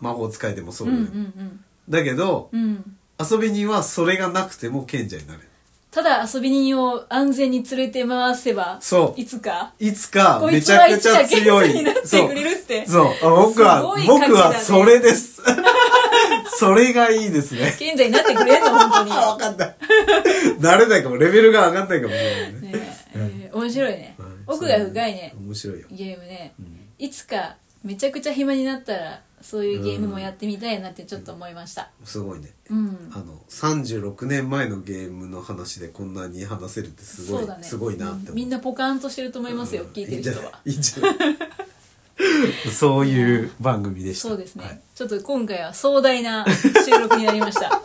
C: 魔法使いでもそう
B: うんう
C: でも
B: ん
C: だけど、
B: うんうん
C: 遊び人はそれがなくても賢者になれる。
B: ただ遊び人を安全に連れて回せば
C: そう
B: いつか
C: いつか
B: こ
C: め
B: いつ
C: ち
B: は
C: ゃ
B: い
C: く
B: つ
C: ち
B: か
C: ゃ
B: 元気
C: 強い。
B: になってくれるって
C: そう。そう。あ僕は、
B: すごい
C: 僕は
B: 書きだね
C: それです。 それがいいですね。
B: 現在になってくれんの本 当に
C: わかんない。慣れないかも、レベルが上がんないかもしれないね。
B: ねえー面白いね
C: はい
B: 奥が深いね
C: 面白いよ。
B: ゲームねいつかめちゃくちゃ暇になったらそういうゲームもやってみたいなってちょっと思いました
C: すごいね。
B: うん
C: あの、36年前のゲームの話でこんなに話せるってすご
B: そ
C: い、
B: うだね
C: すごいなって
B: うんみん
C: な
B: なポカンとしてると思いますよ聞いてる人は。
C: いいんじゃないいいんじゃない そういう番組でした。
B: そうですね、
C: はい
B: ちょっと今回は壮大な収録になりました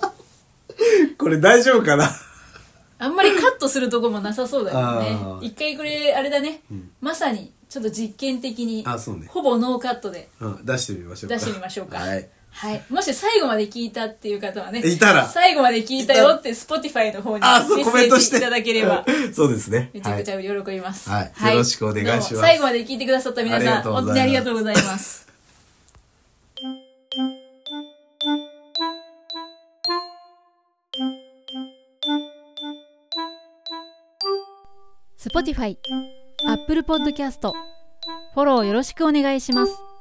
C: これ大丈夫かな
B: あんまりカットするとこもなさそうだけど
C: あー
B: ね一回これあれだね、まさにちょっと実験的に
C: あそうね
B: ほぼノーカットで
C: うん、出してみましょうか。
B: 出してみましょうか
C: はい。
B: はいもし最後まで聞いたっていう方はね
C: いたら
B: 最後まで聞いたよって Spotify の方にメ
C: あ、そう、コメン
B: ッ
C: ト
B: セー
C: し
B: ジ
C: て。
B: いただければ
C: そうですね。
B: めちゃくち
C: はい
B: ゃ喜びます、
C: はいよろしくお願いします
B: どうも最後まで聞いてくださった皆
C: ありが
B: さん
C: とうございます
B: 本当にありがとうございます
D: Spotify、Apple Podcast、フォローよろしくお願いします。